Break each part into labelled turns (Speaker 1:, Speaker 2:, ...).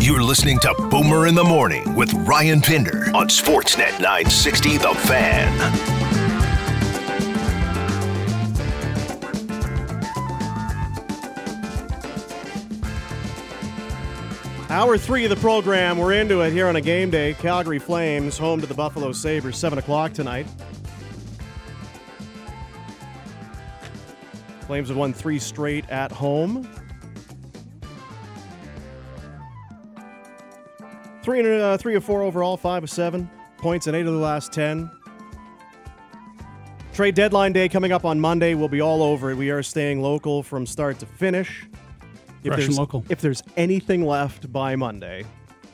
Speaker 1: You're listening to Boomer in the Morning with Ryan Pinder on Sportsnet 960 The Fan.
Speaker 2: Hour three of the program. We're into it here on a game day. Calgary Flames home to the Buffalo Sabres, 7 o'clock tonight. Flames have won three straight at home. 3 and uh, 3 of 4 overall, 5 of 7. Points in 8 of the last 10. Trade deadline day coming up on Monday. We'll be all over it. We are staying local from start to finish.
Speaker 3: Fresh and
Speaker 2: there's-
Speaker 3: local.
Speaker 2: If there's anything left by Monday,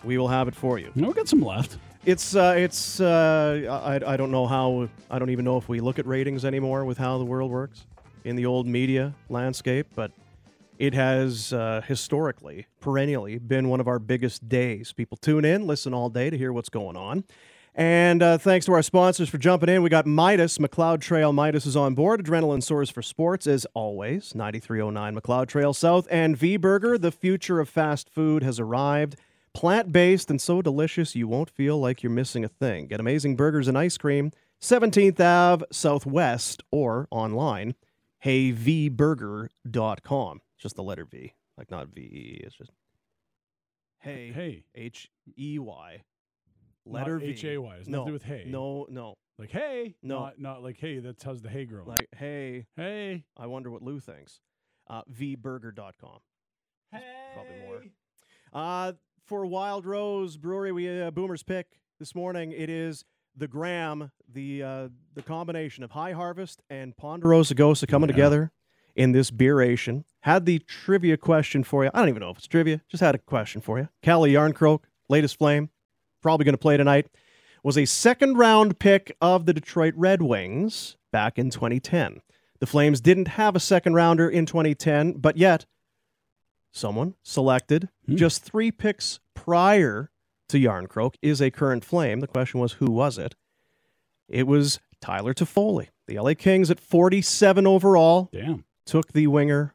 Speaker 2: we will have it for you.
Speaker 3: No, we got some left.
Speaker 2: It's uh, it's uh, I, I don't know how I don't even know if we look at ratings anymore with how the world works in the old media landscape, but it has uh, historically, perennially been one of our biggest days. People tune in, listen all day to hear what's going on. And uh, thanks to our sponsors for jumping in. We got Midas, McLeod Trail. Midas is on board. Adrenaline soars for sports, as always. 9309 McLeod Trail South. And V Burger, the future of fast food, has arrived. Plant based and so delicious, you won't feel like you're missing a thing. Get amazing burgers and ice cream, 17th Ave Southwest, or online heyvburger.com. It's just the letter V, like not V E. It's just hey,
Speaker 3: Hey.
Speaker 2: H E Y. Letter
Speaker 3: Not
Speaker 2: V.
Speaker 3: H-A-Y. It's
Speaker 2: no,
Speaker 3: nothing to do with hay.
Speaker 2: No, no.
Speaker 3: Like, hey.
Speaker 2: No.
Speaker 3: Not, not like, hey, that's how's the hay growing.
Speaker 2: Like, hey,
Speaker 3: hey.
Speaker 2: I wonder what Lou thinks. Uh, vburger.com. Probably more. Uh, for Wild Rose Brewery, we uh, Boomer's pick this morning. It is the Graham, the uh, the combination of High Harvest and Ponderosa Gosa coming
Speaker 3: Yeah.
Speaker 2: together in this beeration. Had the trivia question for you. I don't even know if it's trivia. Just had a question for you. Callie Yarncroak, latest flame, probably going to play tonight. Was a second round pick of the Detroit Red Wings back in 2010. The Flames didn't have a second rounder in 2010, but yet someone selected
Speaker 3: Hmm.
Speaker 2: just three picks prior to Yarncroak is a current flame. The question was, who was it? It was Tyler Toffoli. The LA Kings at 47 overall
Speaker 3: Damn.
Speaker 2: took the winger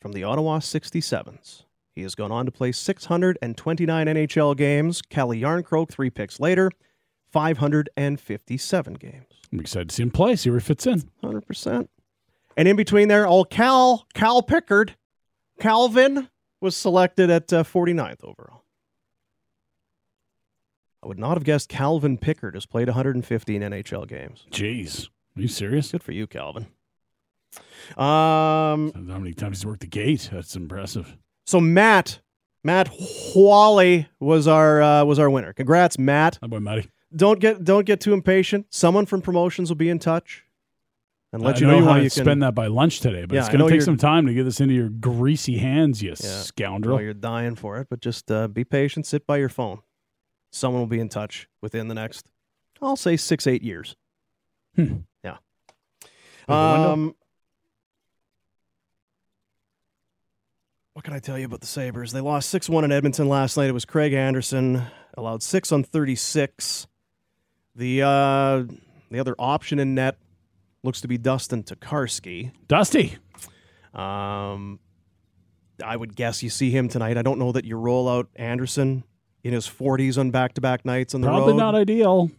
Speaker 2: from the Ottawa 67s. He has gone on to play 629 NHL games. Kelly Yarncroak, three picks later, 557 games.
Speaker 3: I'm excited to see him play, see where he fits in.
Speaker 2: 100%. And in between there, old Cal, Cal Pickard, Calvin was selected at uh, 49th overall. I would not have guessed Calvin Pickard has played 115 NHL games.
Speaker 3: Jeez. Are you serious?
Speaker 2: Good for you, Calvin. Um,
Speaker 3: How many times he's worked the gate? That's impressive.
Speaker 2: so Matt, Matt Wally was our uh, was our winner. Congrats, Matt.
Speaker 3: Hi, boy, Matty.
Speaker 2: Don't get don't get too impatient. Someone from promotions will be in touch and let
Speaker 3: I
Speaker 2: you know, how
Speaker 3: wanted
Speaker 2: you
Speaker 3: to
Speaker 2: can
Speaker 3: spend that by lunch today, but
Speaker 2: Yeah,
Speaker 3: it's
Speaker 2: I
Speaker 3: going
Speaker 2: know
Speaker 3: to take
Speaker 2: you're-
Speaker 3: some time to get this into your greasy hands, you
Speaker 2: Well,
Speaker 3: scoundrel.
Speaker 2: you're dying for it, but just uh, be patient. Sit by your phone. Someone will be in touch within the next, I'll say six eight years.
Speaker 3: Hmm.
Speaker 2: Yeah.
Speaker 3: Open window?
Speaker 2: Um, what can I tell you about the Sabers? They lost six one in Edmonton last night. It was Craig Anderson allowed six on thirty six. The uh, the other option in net looks to be Dustin Tokarski.
Speaker 3: Dusty.
Speaker 2: Um, I would guess you see him tonight. I don't know that you roll out Anderson in his 40s on back-to-back nights on the
Speaker 3: Probably
Speaker 2: road.
Speaker 3: not ideal.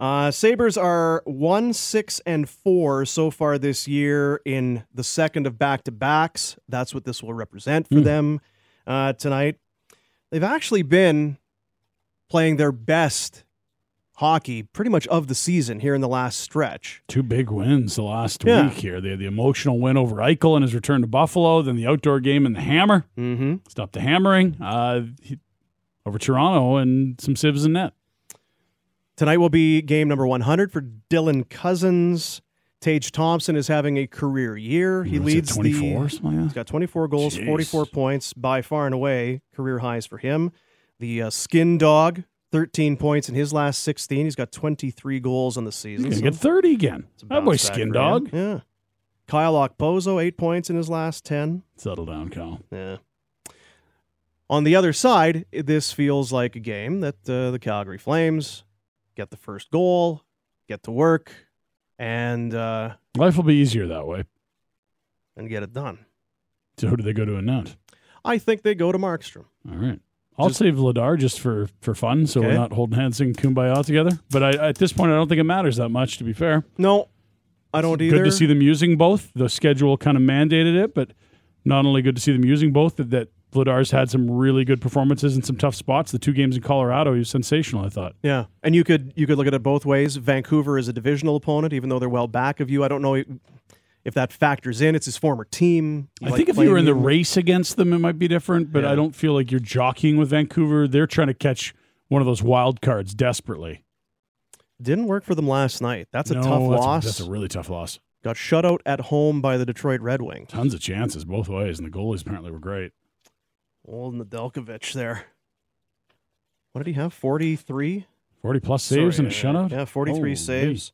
Speaker 2: Uh, Sabers are one, six, and four so far this year in the second of back-to-backs. That's what this will represent for
Speaker 3: Hmm.
Speaker 2: them uh, tonight. They've actually been playing their best hockey pretty much of the season here in the last stretch.
Speaker 3: Two big wins the last
Speaker 2: Yeah.
Speaker 3: week here. They had the emotional win over Eichel and his return to Buffalo, then the outdoor game and the hammer.
Speaker 2: Mm-hmm.
Speaker 3: Stop the hammering uh, he- over Toronto and some sieves in net.
Speaker 2: Tonight will be game number 100 for Dylan Cousins. Tage Thompson is having a career year. He
Speaker 3: What's that,
Speaker 2: leads
Speaker 3: 24
Speaker 2: the.
Speaker 3: or something like
Speaker 2: He's got
Speaker 3: that?
Speaker 2: 24 goals,
Speaker 3: Jeez.
Speaker 2: 44 points, by far and away career highs for him. The uh, skin dog, 13 points in his last 16. He's got 23 goals on the
Speaker 3: He's
Speaker 2: season.
Speaker 3: going to
Speaker 2: so
Speaker 3: get 30 again.
Speaker 2: it's a
Speaker 3: That boy,
Speaker 2: bounce back
Speaker 3: skin
Speaker 2: for him.
Speaker 3: dog.
Speaker 2: Yeah. Kyle Okpozo, eight points in his last 10.
Speaker 3: Settle down, Kyle.
Speaker 2: Yeah. On the other side, this feels like a game that uh, the Calgary Flames get the first goal, get to work, and uh,
Speaker 3: Life will be easier that way.
Speaker 2: and get it done.
Speaker 3: So who do they go to in net?
Speaker 2: I think they go to Markstrom.
Speaker 3: All right. I'll
Speaker 2: Just-
Speaker 3: save Ladar just for for fun, so
Speaker 2: Okay.
Speaker 3: we're not holding hands and kumbaya together. But I, at this point, I don't think it matters that much. To be fair,
Speaker 2: No, I don't either.
Speaker 3: good to see them using both. The schedule kind of mandated it, but not only good to see them using both, that, that Vladar's had some really good performances in some tough spots. The two games in Colorado, he was sensational. I thought.
Speaker 2: Yeah, and you could you could look at it both ways. Vancouver is a divisional opponent, even though they're well back of you. I don't know if that factors in. It's his former team.
Speaker 3: I
Speaker 2: like
Speaker 3: think if you
Speaker 2: playing
Speaker 3: were in the
Speaker 2: you.
Speaker 3: race against them, it might be different, but I
Speaker 2: Yeah.
Speaker 3: don't feel like you're jockeying with Vancouver. They're trying to catch one of those wild cards desperately.
Speaker 2: didn't work for them last night. That's a
Speaker 3: No,
Speaker 2: tough
Speaker 3: that's
Speaker 2: loss.
Speaker 3: that's a really tough loss.
Speaker 2: Got shut out at home by the Detroit Red Wings.
Speaker 3: Tons of chances both ways, and the goalies apparently were great.
Speaker 2: Old Nedeljkovic there. What did he have? Forty three.
Speaker 3: 40 plus saves and a shutout?
Speaker 2: uh, Yeah, forty three
Speaker 3: Holy.
Speaker 2: saves.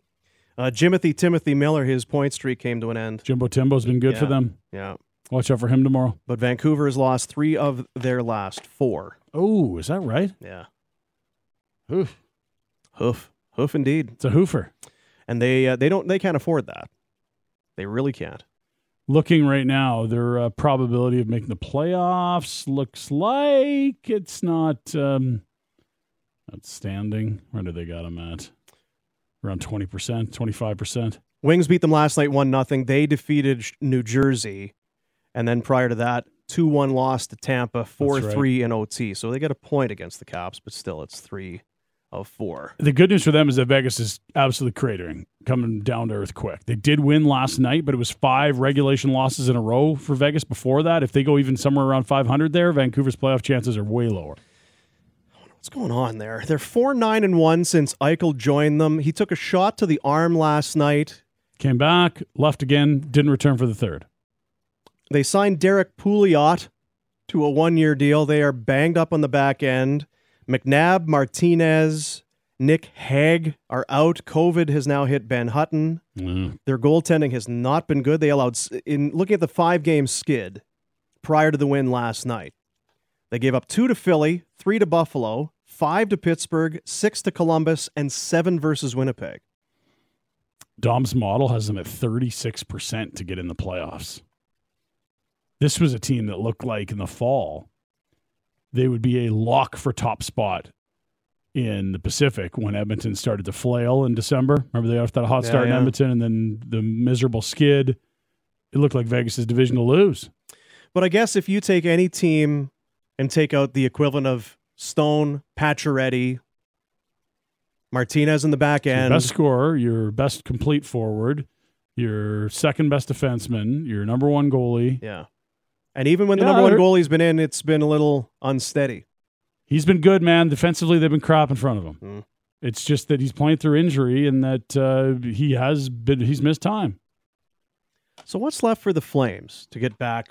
Speaker 2: Uh, Jimothy Timothy Miller, his point streak came to an end.
Speaker 3: Jimbo Timbo's been good for
Speaker 2: Yeah.
Speaker 3: them.
Speaker 2: Yeah,
Speaker 3: Watch out for him tomorrow.
Speaker 2: but Vancouver has lost three of their last four.
Speaker 3: Oh, is that right?
Speaker 2: Yeah,
Speaker 3: Oof.
Speaker 2: hoof, hoof indeed.
Speaker 3: It's a hoofer.
Speaker 2: and they uh, they don't they can't afford that. They really can't.
Speaker 3: Looking right now, their uh, probability of making the playoffs looks like it's not um, outstanding. Where do they got them at? Around 20%, 25%.
Speaker 2: Wings beat them last night one nothing. They defeated Sh- New Jersey, and then prior to that, two one loss to Tampa, four
Speaker 3: right.
Speaker 2: three in OT. So they get a point against the Caps, but still it's three of four.
Speaker 3: The good news for them is that Vegas is absolutely cratering, coming down to earth quick. They did win last night, but it was five regulation losses in a row for Vegas before that. If they go even somewhere around 500 there, Vancouver's playoff chances are way lower.
Speaker 2: What's going on there? They're four nine and one since Eichel joined them. He took a shot to the arm last night.
Speaker 3: Came back, left again, didn't return for the third.
Speaker 2: They signed Derek Pouliot to a one year deal. They are banged up on the back end. McNabb, Martinez, Nick Hag are out. COVID has now hit Ben Hutton. Their goaltending has not been good. They allowed, s- in looking at the five game skid prior to the win last night, they gave up two to Philly, three to Buffalo, five to Pittsburgh, six to Columbus, and seven versus Winnipeg.
Speaker 3: Dom's model has them at 36% to get in the playoffs. This was a team that looked like in the fall they would be a lock for top spot in the Pacific when Edmonton started to flail in December. Remember they off that hot
Speaker 2: Yeah,
Speaker 3: start in
Speaker 2: yeah.
Speaker 3: Edmonton and then the miserable skid. It looked like Vegas' division to lose.
Speaker 2: But I guess if you take any team and take out the equivalent of Stone, Pacioretty, Martinez in the back
Speaker 3: Your
Speaker 2: end,
Speaker 3: best scorer, your best complete forward, your second best defenseman, your number one goalie.
Speaker 2: yeah, and even when the
Speaker 3: Yeah,
Speaker 2: number one
Speaker 3: they're-
Speaker 2: goalie's been in, it's been a little unsteady.
Speaker 3: He's been good, man. Defensively, they've been crap in front of him.
Speaker 2: Mm.
Speaker 3: It's just that he's playing through injury and that uh, he has been he's missed time.
Speaker 2: So what's left for the Flames to get back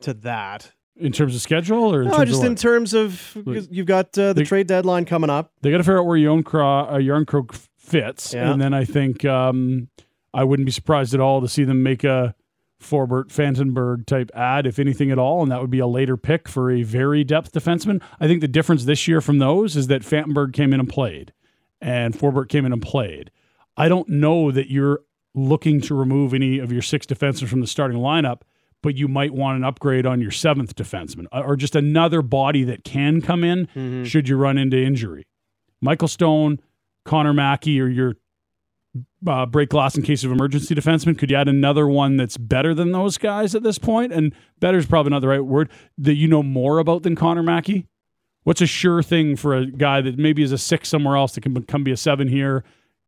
Speaker 2: to that?
Speaker 3: In terms of schedule or in
Speaker 2: No,
Speaker 3: terms
Speaker 2: just
Speaker 3: of
Speaker 2: in
Speaker 3: what?
Speaker 2: terms of 'cause you've got uh, the
Speaker 3: They-
Speaker 2: trade deadline coming up.
Speaker 3: they got to figure out where Yarn Crow, uh, Yarn Crow fits,
Speaker 2: Yeah.
Speaker 3: and then I think um, I wouldn't be surprised at all to see them make a Forbert Fantenberg type ad, if anything at all, and that would be a later pick for a very depth defenseman. I think the difference this year from those is that Fantenberg came in and played, and Forbert came in and played. I don't know that you're looking to remove any of your six defensemen from the starting lineup, but you might want an upgrade on your seventh defenseman uh, or or just another body that can come in
Speaker 2: Mm-hmm.
Speaker 3: should you run into injury. Michael Stone, Connor Mackey, or your uh, break glass in case of emergency defenseman. Could you add another one that's better than those guys at this point? And better is probably not the right word that you know more about than Connor Mackey. What's a sure thing for a guy that maybe is a six somewhere else that can become be a seven here?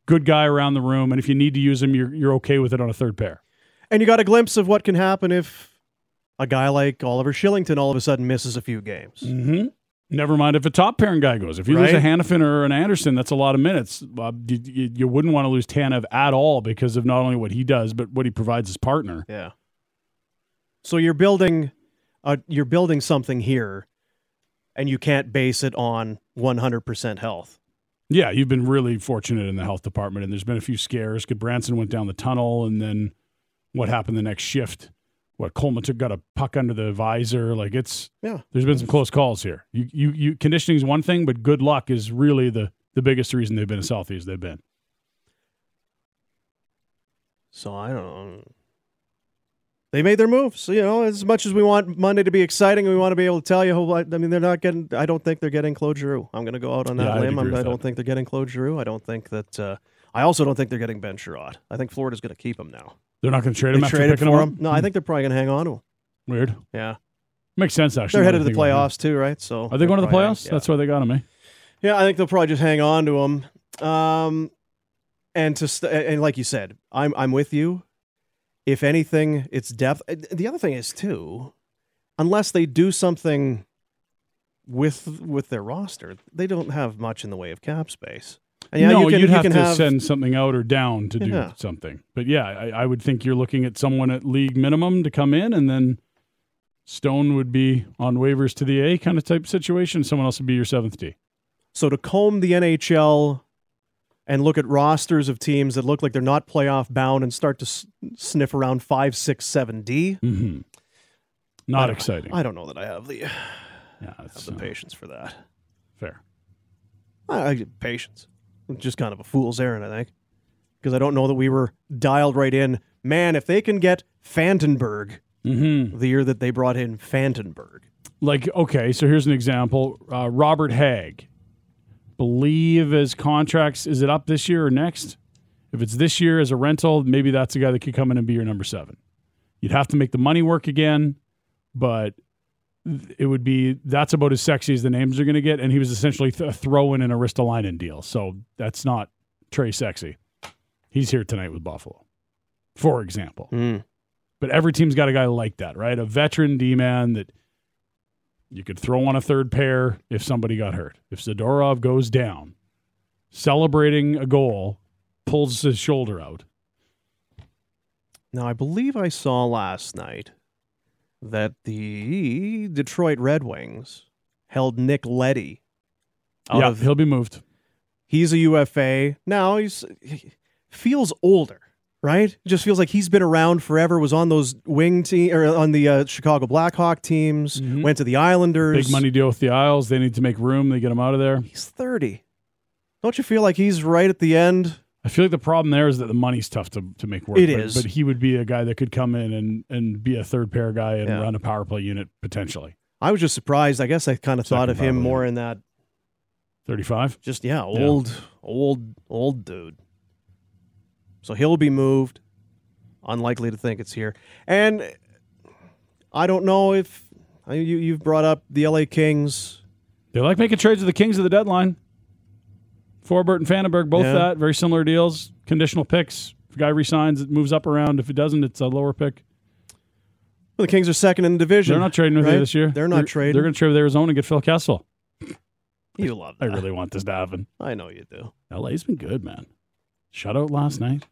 Speaker 3: Good guy around the room, and if you need to use him, you're you're okay with it on a third pair.
Speaker 2: And you got a glimpse of what can happen if a guy like Oliver Shillington all of a sudden misses a few games.
Speaker 3: Mm-hmm. Never mind if a top pairing guy goes. If you lose a
Speaker 2: Right.
Speaker 3: Hannafin or an Anderson, that's a lot of minutes. Uh, you, you, you wouldn't want to lose Tanev at all because of not only what he does, but what he provides his partner.
Speaker 2: Yeah. So you're building, uh, you're building something here, and you can't base it on 100% health.
Speaker 3: Yeah, you've been really fortunate in the health department, and there's been a few scares. Goodbranson went down the tunnel, and then what happened the next shift? What Coleman took got a puck under the visor. Like it's
Speaker 2: Yeah.
Speaker 3: There's been some close calls here. You you you conditioning is one thing, but good luck is really the the biggest reason they've been as healthy as they've been.
Speaker 2: So I don't know. they made their moves. You know, as much as we want Monday to be exciting, we want to be able to tell you. who- I mean, they're not getting. I don't think they're getting Claude Giroux. I'm going to go out on that
Speaker 3: Yeah, I'd
Speaker 2: limb.
Speaker 3: agree
Speaker 2: I'm,
Speaker 3: with
Speaker 2: I
Speaker 3: that.
Speaker 2: don't think they're getting Claude Giroux. I don't think that. Uh, I also don't think they're getting Ben Sherrod. I think Florida's going to keep him now.
Speaker 3: They're not going to trade
Speaker 2: They
Speaker 3: him after
Speaker 2: traded
Speaker 3: picking
Speaker 2: for
Speaker 3: him.
Speaker 2: him. No, I think they're probably going to hang on to him.
Speaker 3: up? weird.
Speaker 2: Yeah,
Speaker 3: Makes sense actually.
Speaker 2: they're
Speaker 3: now
Speaker 2: headed to
Speaker 3: that
Speaker 2: the
Speaker 3: I think about
Speaker 2: playoffs too, right? So
Speaker 3: it. Are they going to the
Speaker 2: they're probably-
Speaker 3: playoffs?
Speaker 2: yeah.
Speaker 3: That's why they got him. Eh?
Speaker 2: Yeah, I think they'll probably just hang on to him. Um, and to st- and like you said, I'm I'm with you. If anything, it's depth. Uh, The other thing is too, unless they do something with with their roster, they don't have much in the way of cap space. And yeah,
Speaker 3: no,
Speaker 2: you can,
Speaker 3: would
Speaker 2: you
Speaker 3: have
Speaker 2: can
Speaker 3: to
Speaker 2: have
Speaker 3: send something out or down to do
Speaker 2: Yeah.
Speaker 3: something. But yeah, I, I would think you're looking at someone at league minimum to come in, and then Stone would be on waivers to the A kind of type situation. Someone else would be your seventh D.
Speaker 2: so to comb the NHL and look at rosters of teams that look like they're not playoff bound and start to s- sniff around five, six, seven D.
Speaker 3: Mm-hmm. Not exciting.
Speaker 2: I don't know that I have the
Speaker 3: yeah,
Speaker 2: have
Speaker 3: that's
Speaker 2: the
Speaker 3: uh,
Speaker 2: patience for that.
Speaker 3: fair.
Speaker 2: I, I- patience. It's just kind of a fool's errand, I think, because I don't know that we were dialed right in. Man, if they can get Fantenberg
Speaker 3: Mm-hmm.
Speaker 2: the year that they brought in Fantenberg,
Speaker 3: Like okay, so here's an example: uh, Robert Hag, believe his contracts is it up this year or next? If it's this year as a rental, maybe that's a guy that could come in and be your number seven. You'd have to make the money work again, but th- it would be that's about as sexy as the names are going to get. And he was essentially th- a throw in an Aristolainen deal, so that's not Trey sexy. He's here tonight with Buffalo, for example. But every team's got a guy like that, right? A veteran D man that you could throw on a third pair if somebody got hurt. If Zadorov goes down, celebrating a goal, pulls his shoulder out.
Speaker 2: now I believe I saw last night that the Detroit Red Wings held Nick Letty. Out
Speaker 3: yeah,
Speaker 2: of,
Speaker 3: he'll be moved.
Speaker 2: he's a UFA now. He's he feels older, right? Just feels like he's been around forever. Was on those wing team or on the uh, Chicago Blackhawk teams.
Speaker 3: Mhm.
Speaker 2: Went to the Islanders.
Speaker 3: Big money deal with the Isles. They need to make room. They get him out of there.
Speaker 2: He's 30. Don't you feel like he's right at the end?
Speaker 3: I feel like the problem there is that the money's tough to, to make work.
Speaker 2: It
Speaker 3: but,
Speaker 2: is.
Speaker 3: But he would be a guy that could come in and, and be a third pair guy and
Speaker 2: Yeah.
Speaker 3: run a power play unit potentially.
Speaker 2: I was just surprised. I guess I kind of thought
Speaker 3: Second
Speaker 2: of him
Speaker 3: probably.
Speaker 2: more in that
Speaker 3: 35?
Speaker 2: just yeah, old old old dude. So he'll be moved. Unlikely to think it's here. And I don't know if I- you you've brought up the LA Kings.
Speaker 3: They like making trades with the Kings of the deadline. Forbert and Vandenberg, both
Speaker 2: Yeah.
Speaker 3: that very similar deals. Conditional picks. If a guy resigns, it moves up around. If it doesn't, it's a lower pick.
Speaker 2: Well, the Kings are second in the division.
Speaker 3: They're not trading with
Speaker 2: right?
Speaker 3: you this year.
Speaker 2: They're not trading.
Speaker 3: They're going to trade with Arizona and get Phil Kessel.
Speaker 2: you love
Speaker 3: I
Speaker 2: that.
Speaker 3: really want this to happen.
Speaker 2: I know you do.
Speaker 3: LA's been good, man. Shutout last night.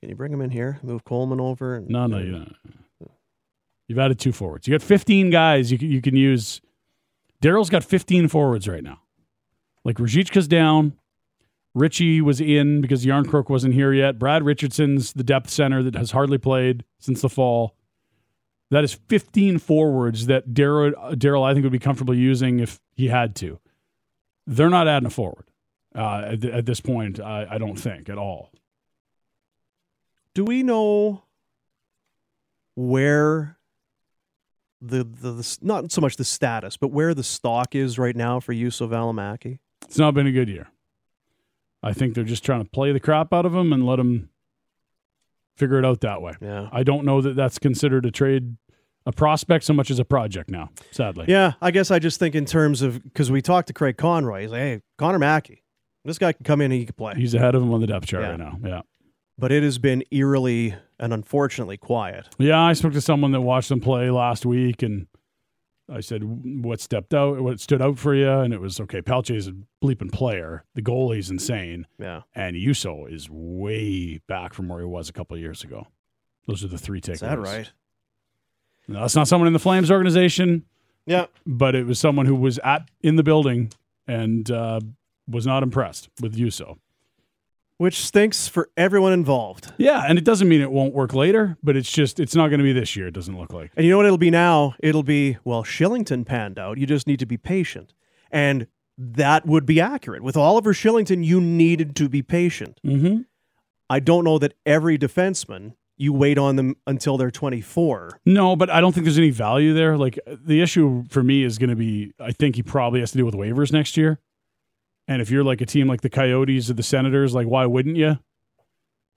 Speaker 2: Can you bring him in here? Move Coleman over? And,
Speaker 3: No, no, you don't. You've added two forwards. You got 15 guys you can, you can use. Daryl's got 15 forwards right now. Like Rajicka's down. Richie was in because Yarncrook wasn't here yet. Brad Richardson's the depth center that has hardly played since the fall. That is 15 forwards that Daryl, uh, Daryl I think, would be comfortable using if he had to. They're not adding a forward uh, at, th- at this point, I, I don't think, at all.
Speaker 2: Do we know where the, the the s- not so much the status, but where the stock is right now for Yusuf Alamaki?
Speaker 3: It's not been a good year. I think they're just trying to play the crap out of him and let him figure it out that way.
Speaker 2: Yeah.
Speaker 3: I don't know that that's considered a trade, a prospect so much as a project now, sadly.
Speaker 2: Yeah, I guess I just think in terms of because we talked to Craig Conroy. He's like, hey, Connor Mackey, this guy can come in and he can play.
Speaker 3: He's ahead of him on the depth chart
Speaker 2: Yeah.
Speaker 3: right now. Yeah.
Speaker 2: But it has been eerily and unfortunately quiet.
Speaker 3: Yeah. I spoke to someone that watched them play last week and I said, what stepped out, what stood out for you? And it was, okay, Palche's a bleeping player. The goalie's insane.
Speaker 2: Yeah.
Speaker 3: And Yuso is way back from where he was a couple of years ago. Those are the three takeaways.
Speaker 2: Is that right?
Speaker 3: Now, that's not someone in the Flames organization,
Speaker 2: Yeah.
Speaker 3: but it was someone who was at in the building and uh, was not impressed with Yuso.
Speaker 2: Which stinks for everyone involved.
Speaker 3: Yeah, and it doesn't mean it won't work later, but it's just it's not going to be this year. It doesn't look like.
Speaker 2: And you know what it'll be now? It'll be, well, Shillington panned out. You just need to be patient. And that would be accurate. With Oliver Shillington, you needed to be patient.
Speaker 3: Mm-hmm.
Speaker 2: I don't know that every defenseman you wait on them until they're 24.
Speaker 3: No, but I don't think there's any value there. Like the issue for me is going to be, I think he probably has to deal with waivers next year. And if you're like a team like the Coyotes or the Senators, like why wouldn't you?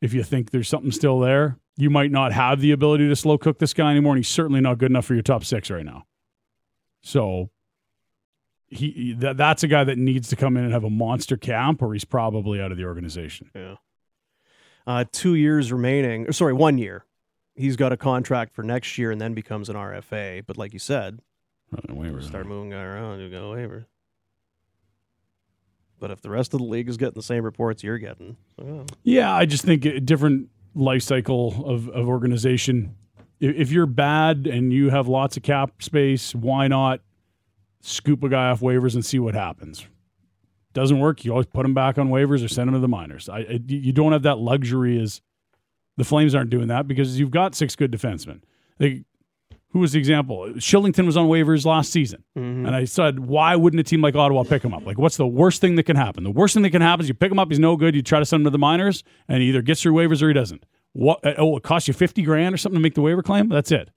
Speaker 3: If you think there's something still there, you might not have the ability to slow cook this guy anymore, and he's certainly not good enough for your top six right now. So he that, that's a guy that needs to come in and have a monster camp, or he's probably out of the organization.
Speaker 2: Yeah. Uh, two years remaining, or sorry, one year. He's got a contract for next year and then becomes an RFA. But like you said,
Speaker 3: Waivers.
Speaker 2: start moving guy around, you go waiver. But if the rest of the league is getting the same reports you're getting, well,
Speaker 3: Yeah, I just think a different life cycle of, of organization. I- If you're bad and you have lots of cap space, why not scoop a guy off waivers and see what happens? Doesn't work, you always put him back on waivers or send him to the minors. I, I- you don't have that luxury as the Flames aren't doing that because you've got six good defensemen. They, who was the example? Shillington was on waivers last season.
Speaker 2: Mm-hmm.
Speaker 3: And I said, why wouldn't a team like Ottawa pick him up? Like, what's the worst thing that can happen? The worst thing that can happen is you pick him up, he's no good, you try to send him to the minors, and he either gets through waivers or he doesn't. What? uh, Oh, it costs you 50 grand or something to make the waiver claim? That's it.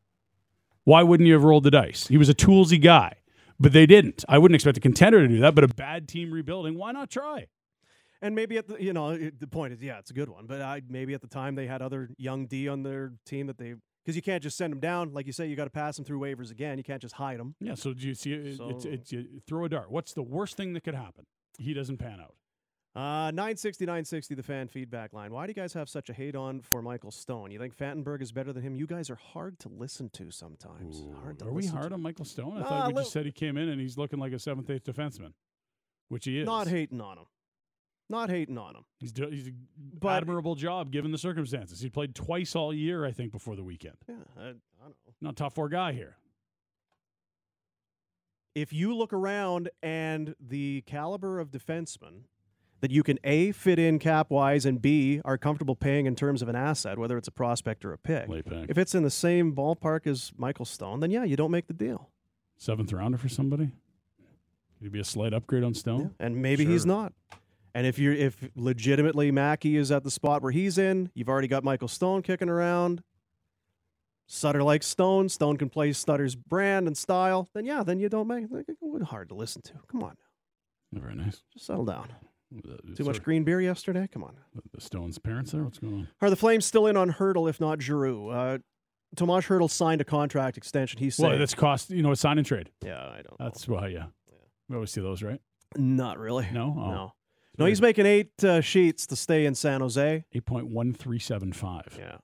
Speaker 3: Why wouldn't you have rolled the dice? He was a toolsy guy, but they didn't. I wouldn't expect a contender to do that, but a bad team rebuilding, why not try?
Speaker 2: and maybe at the you know it- the point is yeah, it's a good one. But I maybe at the time they had other young D on their team that they because you can't just send them down like you say you got to pass them through waivers again. You can't just hide them.
Speaker 3: Yeah, so do you see it, it's,
Speaker 2: So-
Speaker 3: it's, you throw a dart. What's the worst thing that could happen? He doesn't pan out.
Speaker 2: Uh, 960, 960, the fan feedback line. Why do you guys have such a hate on for Michael Stone? You think Fattenberg is better than him? You guys are hard to listen to sometimes. hard to
Speaker 3: Are we
Speaker 2: listen
Speaker 3: hard
Speaker 2: to.
Speaker 3: on Michael Stone? I
Speaker 2: Nah,
Speaker 3: thought we
Speaker 2: a
Speaker 3: just said he came in and he's looking like a seventh, eighth defenseman, which he is.
Speaker 2: Not hating on him. Not hating on him.
Speaker 3: He's, do, he's a
Speaker 2: But-
Speaker 3: admirable job given the circumstances. He played twice all year, I think, before the weekend.
Speaker 2: Yeah, I, I don't know.
Speaker 3: Not top four guy here.
Speaker 2: If you look around and the caliber of defensemen that you can A, fit in cap wise, and B, are comfortable paying in terms of an asset, whether it's a prospect or a pick,
Speaker 3: Late pick.
Speaker 2: if it's in the same ballpark as Michael Stone, then yeah, you don't make the deal.
Speaker 3: seventh rounder for somebody. Could he be a slight upgrade on Stone?
Speaker 2: and maybe he's
Speaker 3: Sure.
Speaker 2: not. And if you're if legitimately Mackey is at the spot where he's in, you've already got Michael Stone kicking around. Sutter likes Stone. Stone can play Sutter's brand and style. Then yeah, then you don't make it hard to listen to. Come on, now.
Speaker 3: Oh, Very nice.
Speaker 2: just settle down.
Speaker 3: Uh,
Speaker 2: Too
Speaker 3: sorry,
Speaker 2: much green beer yesterday. Come on.
Speaker 3: the Stone's parents there. What's going on?
Speaker 2: Are the Flames still in on Hurdle if not Giroux? Uh, Tomash Hurdle signed a contract extension. He said,
Speaker 3: Well, that's cost. You know, a sign and trade.
Speaker 2: "Yeah, I don't.
Speaker 3: That's why. Yeah. We always see those, right?
Speaker 2: know. Not really.
Speaker 3: No. Oh,
Speaker 2: no, no. He's making eight uh, sheets to stay in San Jose.
Speaker 3: eight point one three seven five.
Speaker 2: Yeah.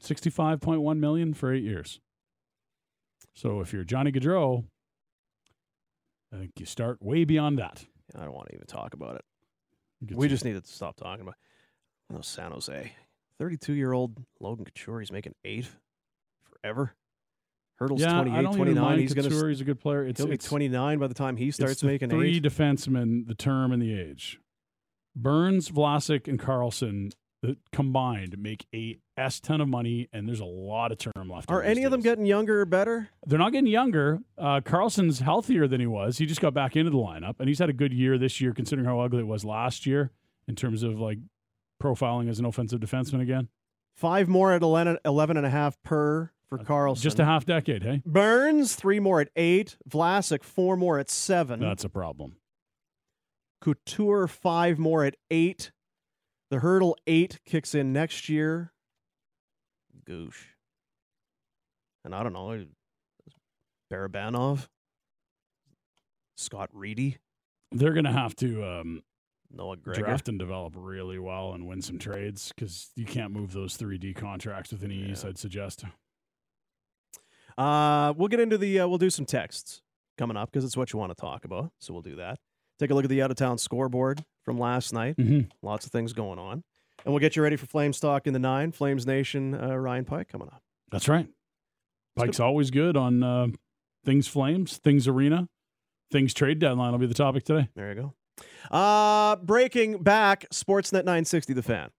Speaker 3: Sixty-five point one million for eight years. So if you're Johnny Gaudreau, I think you start way beyond that.
Speaker 2: I don't want to even talk about it.
Speaker 3: You
Speaker 2: we
Speaker 3: get
Speaker 2: just need to stop talking about oh, San Jose. 32 year old Logan Couture, he's making eight forever. Hurdle's
Speaker 3: yeah, I
Speaker 2: 28,
Speaker 3: don't even
Speaker 2: 29.
Speaker 3: mind
Speaker 2: He's going
Speaker 3: Couture.
Speaker 2: to
Speaker 3: He's a good player. It's,
Speaker 2: he'll be
Speaker 3: it's-
Speaker 2: 29 by the time he
Speaker 3: it's
Speaker 2: starts
Speaker 3: the
Speaker 2: making
Speaker 3: three
Speaker 2: eight.
Speaker 3: defensemen, the term and the age. Burns, Vlasic, and Carlson that combined make a s ton of money, and there's a lot of term left. on
Speaker 2: Are
Speaker 3: these
Speaker 2: any of them
Speaker 3: deals.
Speaker 2: getting younger or better?
Speaker 3: They're not getting younger. Uh, Carlson's healthier than he was. He just got back into the lineup, and he's had a good year this year, considering how ugly it was last year in terms of like profiling as an offensive defenseman again.
Speaker 2: Five more at 11, 11 and a half per for Carlson.
Speaker 3: Just a half decade, hey?
Speaker 2: Burns, three more at eight. Vlasic, four more at seven.
Speaker 3: That's a problem.
Speaker 2: Couture five more at eight. The hurdle eight kicks in next year. Goosh. And I don't know. Barabanov. Scott Reedy.
Speaker 3: They're going to have to um,
Speaker 2: Noah Gregor.
Speaker 3: draft and develop really well and win some trades because you can't move those 3D contracts with any ease,
Speaker 2: Yeah.
Speaker 3: I'd suggest.
Speaker 2: Uh, we'll get into the. Uh, we'll do some texts coming up because it's what you want to talk about. So we'll do that. Take a look at the out of town scoreboard from last night.
Speaker 3: Mm-hmm.
Speaker 2: Lots of things going on. And we'll get you ready for Flames Talk in the nine. Flames Nation, uh, Ryan Pike coming up.
Speaker 3: That's right. Pike's always good on uh, things Flames, things Arena, things Trade Deadline will be the topic today.
Speaker 2: There you go. Uh breaking back Sportsnet 960 the fan.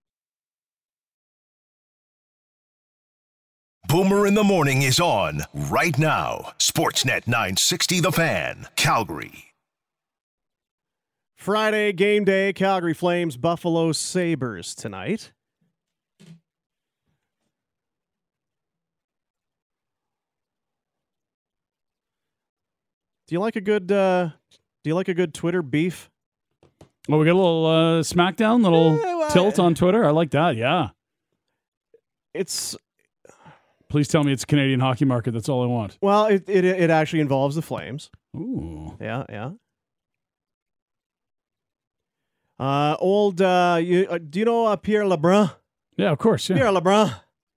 Speaker 1: Boomer in the Morning is on right now. Sportsnet 960 The Fan, Calgary.
Speaker 2: Friday game day, Calgary Flames, Buffalo Sabres tonight. Do you like a good uh, do you like a good Twitter beef?
Speaker 3: Well, we got a little uh, SmackDown, little
Speaker 2: Yeah, well,
Speaker 3: tilt on Twitter. I like that. Yeah.
Speaker 2: It's
Speaker 3: Please tell me it's Canadian hockey market. That's all I want.
Speaker 2: well, it it, it actually involves the Flames.
Speaker 3: Ooh.
Speaker 2: Yeah, yeah. Uh, old uh, you, uh, do you know uh, Pierre Lebrun?
Speaker 3: Yeah, of course. Yeah.
Speaker 2: Pierre Lebrun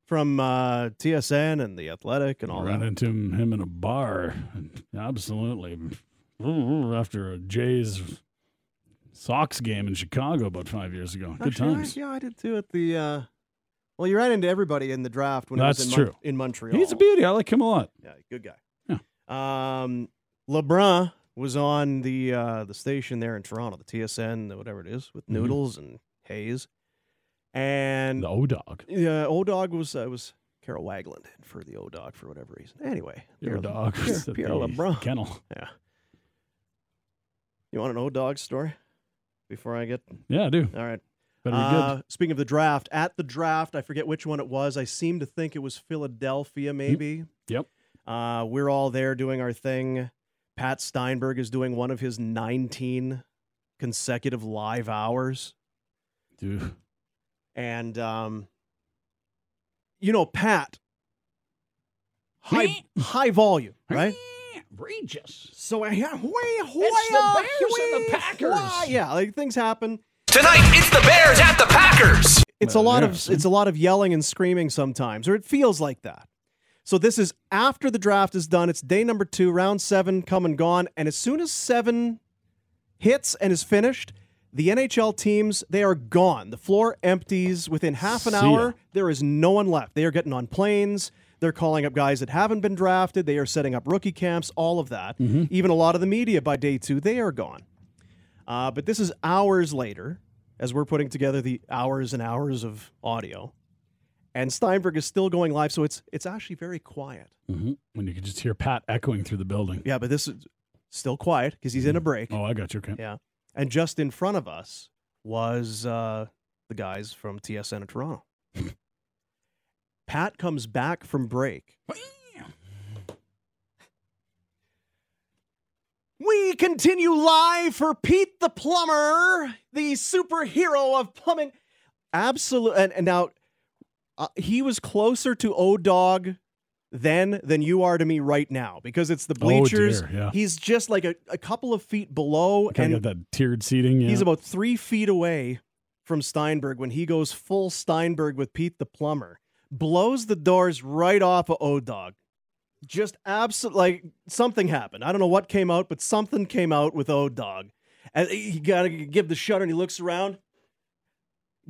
Speaker 2: from uh, TSN and the Athletic and all
Speaker 3: Ran
Speaker 2: that.
Speaker 3: into him, him in a bar. Absolutely. Ooh, After a Jays Sox game in Chicago about five years ago. Good
Speaker 2: Actually, I-
Speaker 3: times.
Speaker 2: yeah, I did too at the. Uh, well, you ran into everybody in the draft when it
Speaker 3: That's
Speaker 2: was in, Mon-
Speaker 3: true.
Speaker 2: in Montreal.
Speaker 3: He's a beauty. I like him a lot.
Speaker 2: Yeah, good guy. Um, LeBron was on the uh, the station there in Toronto, the TSN, whatever it is, with
Speaker 3: Mhm.
Speaker 2: Noodles and Hayes, and
Speaker 3: The O Dog.
Speaker 2: Yeah, old dog was uh, was Carol Wagland for the old dog for whatever reason. Anyway,
Speaker 3: Your
Speaker 2: Pierre-
Speaker 3: dog.
Speaker 2: Pierre,
Speaker 3: was at
Speaker 2: Pierre
Speaker 3: the
Speaker 2: LeBrun.
Speaker 3: Kennel.
Speaker 2: You want an old dog story? Before I get
Speaker 3: Yeah, I do.
Speaker 2: all right.
Speaker 3: Better be
Speaker 2: Uh, speaking of the draft, at the draft, I forget which one it was. I seem to think it was Philadelphia, maybe.
Speaker 3: Hmm. Yep.
Speaker 2: Uh, we're all there doing our thing. Pat Steinberg is doing one of his 19 consecutive live hours.
Speaker 3: good. Dude.
Speaker 2: And, um, you know, Pat, high, high volume, right?
Speaker 3: Regis.
Speaker 2: So I yeah,
Speaker 3: the Bears and the Packers.
Speaker 2: Yeah, like things happen.
Speaker 4: Tonight, it's the Bears at the Packers.
Speaker 2: It's
Speaker 3: Well,
Speaker 2: a lot
Speaker 3: yeah,
Speaker 2: of
Speaker 3: see?
Speaker 2: it's a lot of yelling and screaming sometimes, or it feels like that. So this is after the draft is done. It's day number two, round seven, come and gone. And as soon as seven hits and is finished, the NHL teams they are gone. The floor empties within half an
Speaker 3: See ya.
Speaker 2: hour. There is no one left. They are getting on planes. They're calling up guys that haven't been drafted. They are setting up rookie camps. All of that.
Speaker 3: Mm-hmm.
Speaker 2: Even a lot of the media by day two, they are gone. Uh, but this is hours later, as we're putting together the hours and hours of audio, and Steinberg is still going live, so it's it's actually very quiet.
Speaker 3: hmm When you could just hear Pat echoing through the building.
Speaker 2: Yeah, but this is still quiet because he's in a break,
Speaker 3: Oh, I got you. Okay.
Speaker 2: Yeah. and just in front of us was uh, the guys from TSN in Toronto. Pat comes back from break. We continue live for Pete the Plumber, the superhero of plumbing. Absolutely. And, and now, uh, he was closer to O Dog then than you are to me right now because it's the
Speaker 3: Oh, dear,
Speaker 2: bleachers.
Speaker 3: yeah.
Speaker 2: He's just like a, a couple of feet below,
Speaker 3: Kind of
Speaker 2: and
Speaker 3: got that tiered seating. Yeah.
Speaker 2: he's about three feet away from Steinberg when he goes full Steinberg with Pete the Plumber, blows the doors right off of O Dog. Just absolute, like something happened. I don't know what came out, but something came out with O Dog. And he got to give the shudder and he looks around,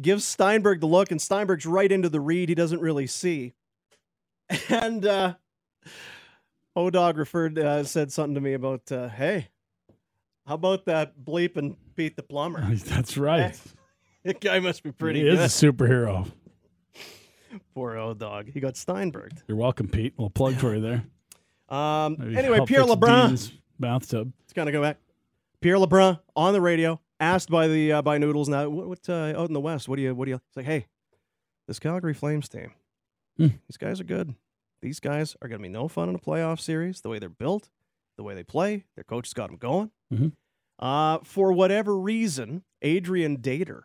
Speaker 2: gives Steinberg the look, and Steinberg's right into the read. He doesn't really see. And uh, O Dog referred, uh, said something to me about, uh, hey, how about that bleep and Pete the Plumber?
Speaker 3: That's right.
Speaker 2: That guy must be pretty
Speaker 3: he
Speaker 2: good.
Speaker 3: is a superhero.
Speaker 2: Poor old dog. He got Steinberg.
Speaker 3: You're welcome, Pete. Little plug for you there.
Speaker 2: Um,
Speaker 3: Maybe
Speaker 2: anyway,
Speaker 3: help
Speaker 2: Pierre
Speaker 3: fix
Speaker 2: LeBrun.
Speaker 3: Dean's bathtub.
Speaker 2: It's kind of go back. Pierre LeBrun on the radio, asked by the uh, by Noodles. Now, what, what uh, out in the West? What do you what do you? It's like, hey, this Calgary Flames team.
Speaker 3: Hmm.
Speaker 2: These guys are good. These guys are going to be no fun in a playoff series. The way they're built, the way they play, their coach has got them going.
Speaker 3: Mhm.
Speaker 2: Uh, for whatever reason, Adrian Dater,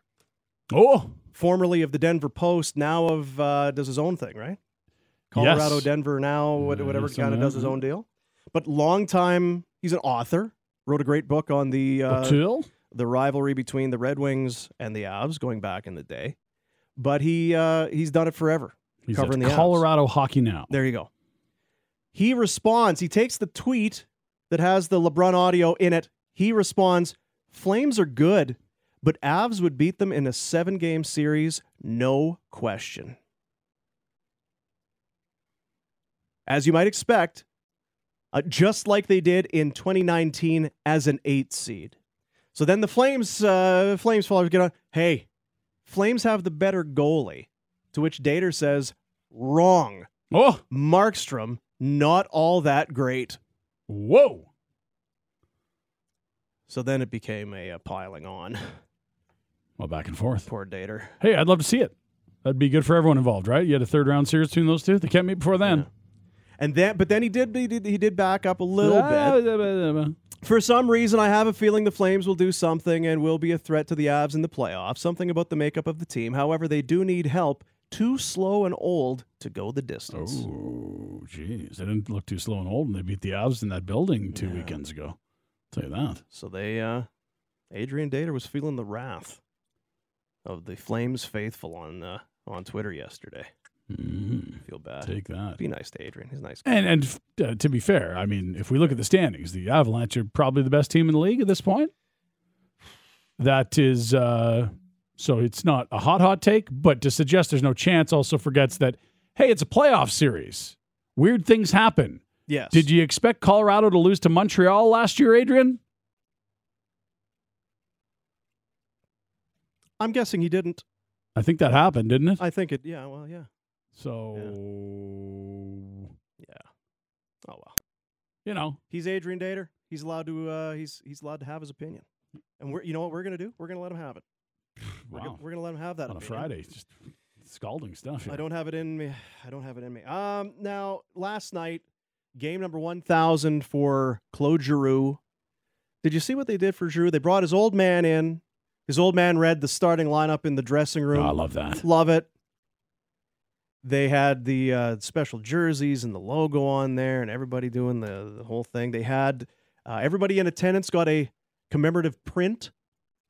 Speaker 3: Oh,
Speaker 2: formerly of the Denver Post, now of uh, does his own thing, right? Colorado,
Speaker 3: Yes.
Speaker 2: Denver, now what-
Speaker 3: Uh,
Speaker 2: whatever
Speaker 3: yes,
Speaker 2: kind of
Speaker 3: I
Speaker 2: does his
Speaker 3: know.
Speaker 2: own deal. But long time, he's an author. Wrote a great book on the uh,
Speaker 3: chill.
Speaker 2: the rivalry between the Red Wings and the Avs going back in the day. But he uh, he's done it forever.
Speaker 3: He's
Speaker 2: covering
Speaker 3: at
Speaker 2: the abs.
Speaker 3: Colorado hockey now.
Speaker 2: There you go. He responds. He takes the tweet that has the LeBron audio in it. He responds, Flames are good, but Avs would beat them in a seven game series, no question. As you might expect, uh, just like they did in 2019 as an eight seed. So then the Flames, uh, Flames followers get on. Hey, Flames have the better goalie. To which Dater says, wrong.
Speaker 3: Oh,
Speaker 2: Markstrom, not all that great.
Speaker 3: whoa.
Speaker 2: So then it became a, uh piling on.
Speaker 3: Well, back and forth.
Speaker 2: Poor Dater.
Speaker 3: Hey, I'd love to see it. That'd be good for everyone involved, right? You had a third round series between those two. They can't meet before then.
Speaker 2: And then, but then he did, he did he did back up a
Speaker 3: Ah,
Speaker 2: little bit. For some reason, I have a feeling the Flames will do something and will be a threat to the Avs in the playoffs. Something about the makeup of the team. However, they do need help. Too slow and old to go the distance.
Speaker 3: Oh, jeez. They didn't look too slow and old, and they beat the Avs in that building two weekends ago. tell you that.
Speaker 2: So they, uh, Adrian Dater was feeling the wrath of the Flames faithful on uh, on Twitter yesterday.
Speaker 3: Mhm.
Speaker 2: Feel bad.
Speaker 3: Take that.
Speaker 2: Be nice to Adrian. He's a nice. guy.
Speaker 3: And and uh, to be fair, I mean, if we look at the standings, the Avalanche are probably the best team in the league at this point. That is, uh, so it's not a hot hot take, but to suggest there's no chance also forgets that hey, it's a playoff series. Weird things happen.
Speaker 2: Yes.
Speaker 3: Did you expect Colorado to lose to Montreal last year, Adrian?
Speaker 2: I'm guessing he didn't.
Speaker 3: I think that happened, didn't it?
Speaker 2: I think it. Yeah. Well. Yeah.
Speaker 3: So
Speaker 2: Oh well.
Speaker 3: you know,
Speaker 2: He's Adrian Dater. He's allowed to. Uh, he's he's allowed to have his opinion. And we're you know what we're gonna do? We're gonna let him have it. We're,
Speaker 3: wow,
Speaker 2: gonna, we're gonna let him have that
Speaker 3: on a
Speaker 2: opinion.
Speaker 3: Friday, just scalding stuff. Here.
Speaker 2: I don't have it in me. I don't have it in me. Um, now last night, game number one thousand for Claude Giroux. Did you see what they did for Giroux? They brought his old man in. His old man read the starting lineup in the dressing
Speaker 3: Oh,
Speaker 2: room.
Speaker 3: I love that.
Speaker 2: Love it. They had the uh, special jerseys and the logo on there, and everybody doing the, the whole thing. They had uh, everybody in attendance got a commemorative print.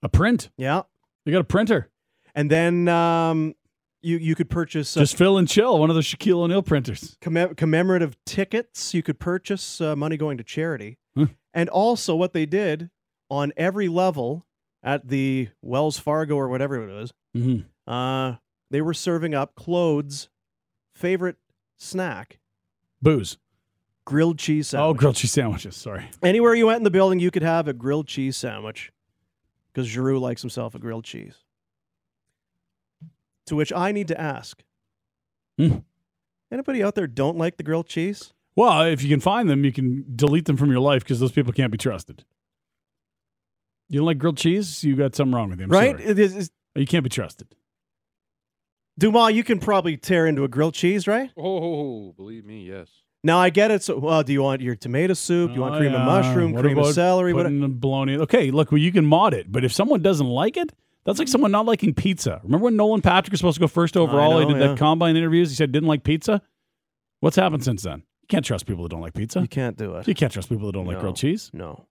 Speaker 3: A print.
Speaker 2: Yeah,
Speaker 3: They got a printer.
Speaker 2: and then um, you you could purchase uh,
Speaker 3: Just fill and chill. One of those Shaquille O'Neal printers.
Speaker 2: commem- commemorative tickets. You could purchase uh, money going to charity.
Speaker 3: Hmm.
Speaker 2: And also, what they did on every level at the Wells Fargo or whatever it was,
Speaker 3: Mm-hmm.
Speaker 2: uh, they were serving up Claude's favorite snack,
Speaker 3: Booze.
Speaker 2: grilled cheese
Speaker 3: Oh,
Speaker 2: sandwich.
Speaker 3: grilled cheese sandwiches. Sorry.
Speaker 2: Anywhere you went in the building, you could have a grilled cheese sandwich because Giroux likes himself a grilled cheese. To which I need to ask
Speaker 3: Hmm.
Speaker 2: anybody out there don't like the grilled cheese?
Speaker 3: Well, if you can find them, you can delete them from your life because those people can't be trusted. You don't like grilled cheese? You got something wrong with you. I'm
Speaker 2: right?
Speaker 3: sorry.
Speaker 2: It is, it's-
Speaker 3: You can't be trusted.
Speaker 2: Dumas, you can probably tear into a grilled cheese, right?
Speaker 5: Oh, believe me, yes.
Speaker 2: Now I get it. So, well, do you want your tomato soup? Do you want
Speaker 3: Oh,
Speaker 2: cream
Speaker 3: yeah.
Speaker 2: of mushroom,
Speaker 3: What
Speaker 2: cream of
Speaker 3: about
Speaker 2: celery? What?
Speaker 3: Putting the bologna. Okay, look, well, you can mod it, but if someone doesn't like it, that's
Speaker 2: Mm-hmm.
Speaker 3: like someone not liking pizza. Remember when Nolan Patrick was supposed to go first overall?
Speaker 2: know,
Speaker 3: he did
Speaker 2: yeah.
Speaker 3: that combine interviews. He said didn't like pizza. What's happened since then? You can't trust people that don't like pizza.
Speaker 2: You can't do it.
Speaker 3: You can't trust people that don't like
Speaker 2: No.
Speaker 3: grilled cheese.
Speaker 2: No.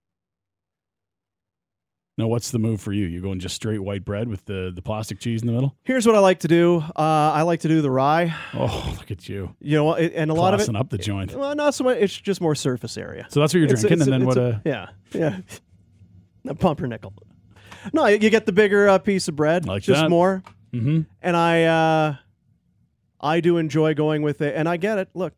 Speaker 3: Now, what's the move for you? You going just straight white bread with the, the plastic cheese in the middle?
Speaker 2: Here's what I like to do. Uh, I like to do the rye.
Speaker 3: Oh, look at you.
Speaker 2: You know, what? It- and a lot of it.
Speaker 3: Classing up the joint.
Speaker 2: Well, not so much. It's just more surface area.
Speaker 3: So that's what you're
Speaker 2: It's a-
Speaker 3: drinking,
Speaker 2: it's a-
Speaker 3: and then
Speaker 2: it's
Speaker 3: what? uh,
Speaker 2: a-
Speaker 3: A,
Speaker 2: yeah, yeah. A pumpernickel. No, you get the bigger uh, piece of bread,
Speaker 3: Like
Speaker 2: just
Speaker 3: that.
Speaker 2: more.
Speaker 3: mm-hmm.
Speaker 2: And I, uh, I do enjoy going with it, and I get it. Look,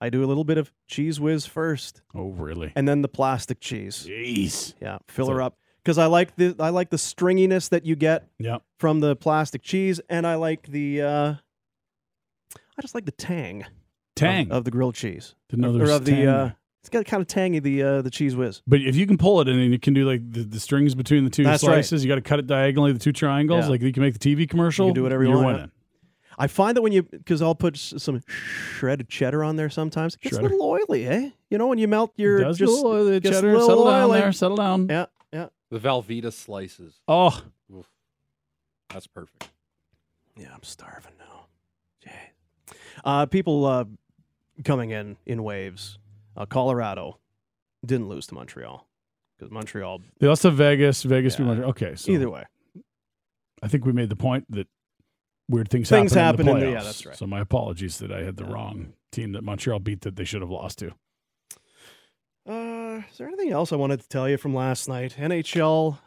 Speaker 2: I do a little bit of cheese whiz first,
Speaker 3: Oh, really?
Speaker 2: and then the plastic cheese.
Speaker 3: Jeez.
Speaker 2: Yeah, fill
Speaker 3: So-
Speaker 2: her up because I like the I like the stringiness that you get
Speaker 3: Yeah.
Speaker 2: from the plastic cheese, and I like the. Uh, I just like the tang
Speaker 3: Tang.
Speaker 2: of, of the grilled cheese.
Speaker 3: Didn't know there
Speaker 2: or
Speaker 3: was
Speaker 2: of the
Speaker 3: tang
Speaker 2: uh,
Speaker 3: there.
Speaker 2: it's got kind of tangy the uh, the cheese whiz.
Speaker 3: But if you can pull it and then you can do like the, the strings between the two
Speaker 2: That's right.
Speaker 3: slices, you got to cut it diagonally, the two triangles.
Speaker 2: Yeah.
Speaker 3: Like you can make the TV commercial.
Speaker 2: You can do whatever you
Speaker 3: are
Speaker 2: want.
Speaker 3: winning.
Speaker 2: I find that when you because I'll put s- some shredded cheddar on there sometimes. It's a
Speaker 3: Shredder.
Speaker 2: little oily, eh? You know when you melt your
Speaker 3: Does
Speaker 2: just
Speaker 3: a little, uh,
Speaker 2: just
Speaker 3: cheddar,
Speaker 2: little
Speaker 3: settle down
Speaker 2: oily.
Speaker 3: there, settle down.
Speaker 2: yeah yeah
Speaker 5: The Velveeta slices.
Speaker 3: Oh,
Speaker 5: Oof. That's perfect.
Speaker 2: yeah. I'm starving now. Jay. Uh, people uh, coming in in waves. Uh, Colorado didn't lose to Montreal because Montreal.
Speaker 3: they lost to Vegas. Vegas beat
Speaker 2: Yeah.
Speaker 3: Montreal. Okay, so
Speaker 2: Either way,
Speaker 3: I think we made the point that weird things,
Speaker 2: Things
Speaker 3: happen. in
Speaker 2: happen
Speaker 3: the
Speaker 2: in the-
Speaker 3: playoffs.
Speaker 2: yeah, that's right.
Speaker 3: So my apologies that I had the wrong team that Montreal beat that they should have lost to.
Speaker 2: uh, is there anything else I wanted to tell you from last night? NHL.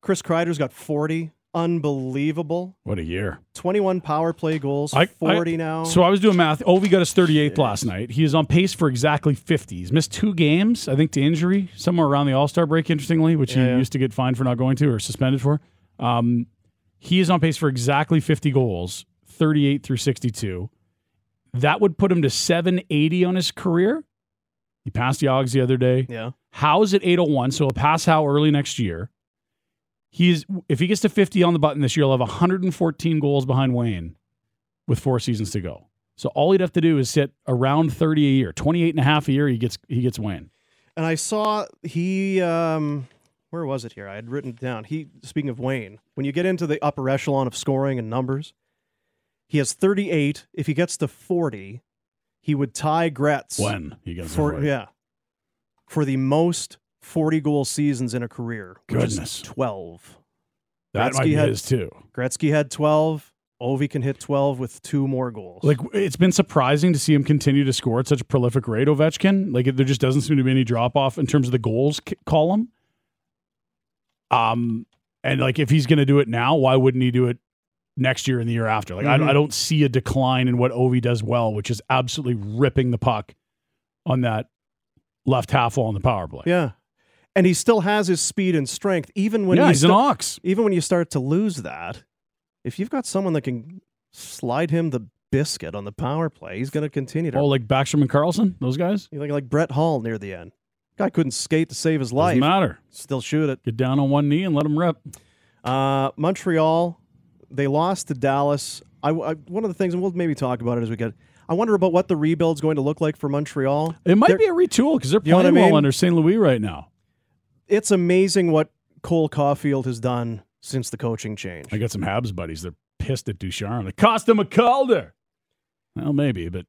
Speaker 2: Chris Kreider's got 40. Unbelievable.
Speaker 3: What a year!
Speaker 2: 21 power play goals,
Speaker 3: I- I-
Speaker 2: 40 now.
Speaker 3: So I was doing math. Ovi got his 38th last night. He is on pace for exactly 50. He's missed two games, I think, to injury, somewhere around the All Star break, interestingly, which
Speaker 2: Yeah,
Speaker 3: he
Speaker 2: yeah.
Speaker 3: used to get fined for not going to or suspended for. Um, he is on pace for exactly 50 goals, 38 through 62. That would put him to 780 on his career. He passed Yogs the other day.
Speaker 2: yeah.
Speaker 3: Howe's at 801, so he'll pass Howe early next year. He's if he gets to 50 on the button this year, he'll have 114 goals behind Wayne with four seasons to go. So all he'd have to do is sit around 30 a year, 28 and a half a year, he gets he gets Wayne.
Speaker 2: And I saw he, um, where was it here? I had written it down. He, speaking of Wayne, when you get into the upper echelon of scoring and numbers, he has 38. If he gets to 40, he would tie Gretz
Speaker 3: When he gets
Speaker 2: for
Speaker 3: Wayne.
Speaker 2: yeah for the most 40 goal seasons in a career. Which
Speaker 3: Goodness.
Speaker 2: is 12.
Speaker 3: that
Speaker 2: Gretzky
Speaker 3: might be
Speaker 2: had-
Speaker 3: his too.
Speaker 2: Gretzky had 12. Ovi can hit 12 with two more goals.
Speaker 3: Like it's been surprising to see him continue to score at such a prolific rate, Ovechkin. Like there just doesn't seem to be any drop off in terms of the goals c- column. Um, and like if he's going to do it now, why wouldn't he do it next year and the year after? Like I,
Speaker 2: Mhm.
Speaker 3: I don't see a decline in what Ovi does well, which is absolutely ripping the puck on that left half wall on the power play.
Speaker 2: yeah. And he still has his speed and strength, even when
Speaker 3: yeah,
Speaker 2: you
Speaker 3: he's
Speaker 2: sta-
Speaker 3: an ox.
Speaker 2: even when you start to lose that. If you've got someone that can slide him the biscuit on the power play, he's going to continue to.
Speaker 3: Oh, like Backstrom and Carlson, those guys.
Speaker 2: you think like Brett Hall near the end. Guy couldn't skate to save his
Speaker 3: Doesn't
Speaker 2: life.
Speaker 3: matter.
Speaker 2: Still shoot it.
Speaker 3: Get down on one knee and let him rip.
Speaker 2: Uh, Montreal, they lost to Dallas. I, I- one of the things, and we'll maybe talk about it as we get. I wonder about what the rebuild's going to look like for Montreal.
Speaker 3: It might
Speaker 2: They're-
Speaker 3: be a retool because they're
Speaker 2: You know what
Speaker 3: playing
Speaker 2: I
Speaker 3: well
Speaker 2: mean?
Speaker 3: under St. Louis right now.
Speaker 2: It's amazing what Cole Caulfield has done since the coaching change.
Speaker 3: I got some Habs buddies. They're pissed at Ducharme. They cost him a Calder. Well, maybe, but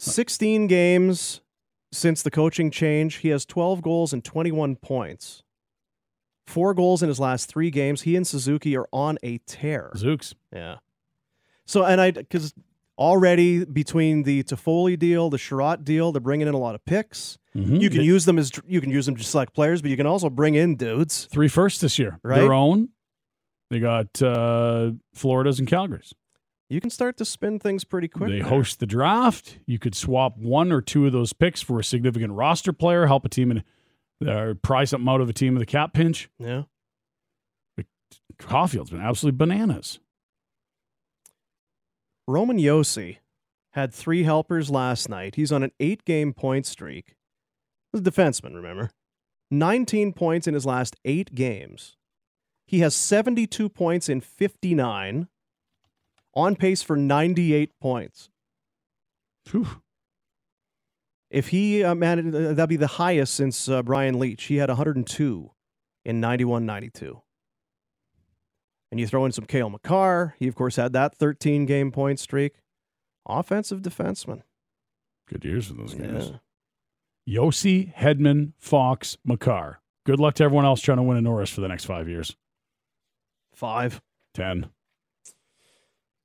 Speaker 2: 16 games since the coaching change. He has 12 goals and 21 points. Four goals in his last three games. He and Suzuki are on a tear.
Speaker 3: Zooks.
Speaker 2: Yeah. So, and I, because already between the Toffoli deal, the Sherratt deal, they're bringing in a lot of picks.
Speaker 3: Mm-hmm.
Speaker 2: You can use them as, you can use them to select players, but you can also bring in dudes.
Speaker 3: three firsts this year.
Speaker 2: Right.
Speaker 3: Their own. They got uh, Florida's and Calgary's.
Speaker 2: You can start to spin things pretty quick.
Speaker 3: they
Speaker 2: there.
Speaker 3: host the draft. You could swap one or two of those picks for a significant roster player, help a team and uh, pry something out of a team with a cap pinch.
Speaker 2: Yeah.
Speaker 3: Caulfield's been absolutely bananas.
Speaker 2: Roman Yossi had three helpers last night. He's on an eight game point streak. He's a defenseman, remember? 19 points in his last eight games. He has 72 points in 59, on pace for 98 points.
Speaker 3: Phew.
Speaker 2: If he uh, managed, uh, that'd be the highest since uh, Brian Leach. He had 102 in 91 92. And you throw in some Kale McCarr. He, of course, had that 13 game point streak. Offensive defenseman.
Speaker 3: Good years for those guys.
Speaker 2: Yeah.
Speaker 3: Yossi, Hedman, Fox, Makar. Good luck to everyone else trying to win a Norris for the next five years.
Speaker 2: Five.
Speaker 3: Ten.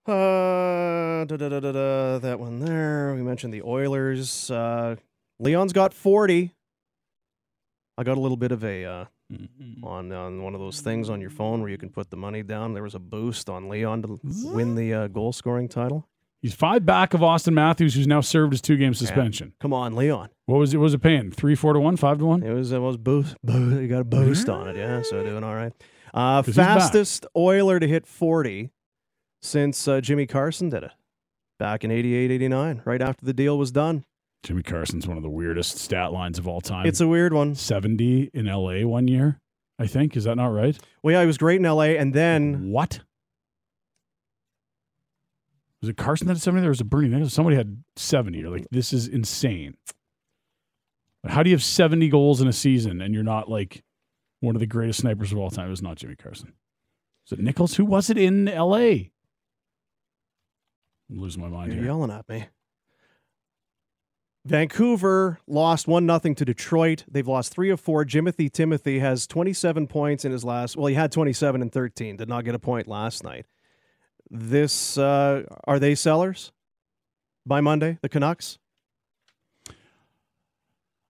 Speaker 2: Uh, da, da, da, da, da, that one there. We mentioned the Oilers. Uh, Leon's got 40. I got a little bit of a uh, on on one of those things on your phone where you can put the money down. There was a boost on Leon to win the uh, goal scoring title.
Speaker 3: He's five back of Austin Matthews, who's now served his two game suspension.
Speaker 2: Come on, Leon.
Speaker 3: What was it? What was it paying? Three, four to one, five to one?
Speaker 2: It was it was boost. boo- you got a boost on it, yeah. So doing all right. Uh,
Speaker 3: 'Cause he's back.
Speaker 2: fastest Oiler to hit 40 since uh, Jimmy Carson did it back in 88, 89, right after the deal was done.
Speaker 3: Jimmy Carson's one of the weirdest stat lines of all time.
Speaker 2: It's a weird one.
Speaker 3: 70 in LA one year, I think. Is that not right?
Speaker 2: Well, yeah, he was great in L.A. and then
Speaker 3: What? Was it Carson that had 70? There was a Bernie Nichols. Somebody had 70. You're like, this is insane. But how do you have 70 goals in a season and you're not like one of the greatest snipers of all time? It was not Jimmy Carson. Was it Nichols? Who was it in LA? I'm losing my mind
Speaker 2: you're
Speaker 3: here.
Speaker 2: yelling at me. Vancouver lost one nothing to Detroit. They've lost three of four. Jimothy Timothy has 27 points in his last. Well, he had 27 and 13. Did not get a point last night. This uh, are they sellers by Monday? The Canucks.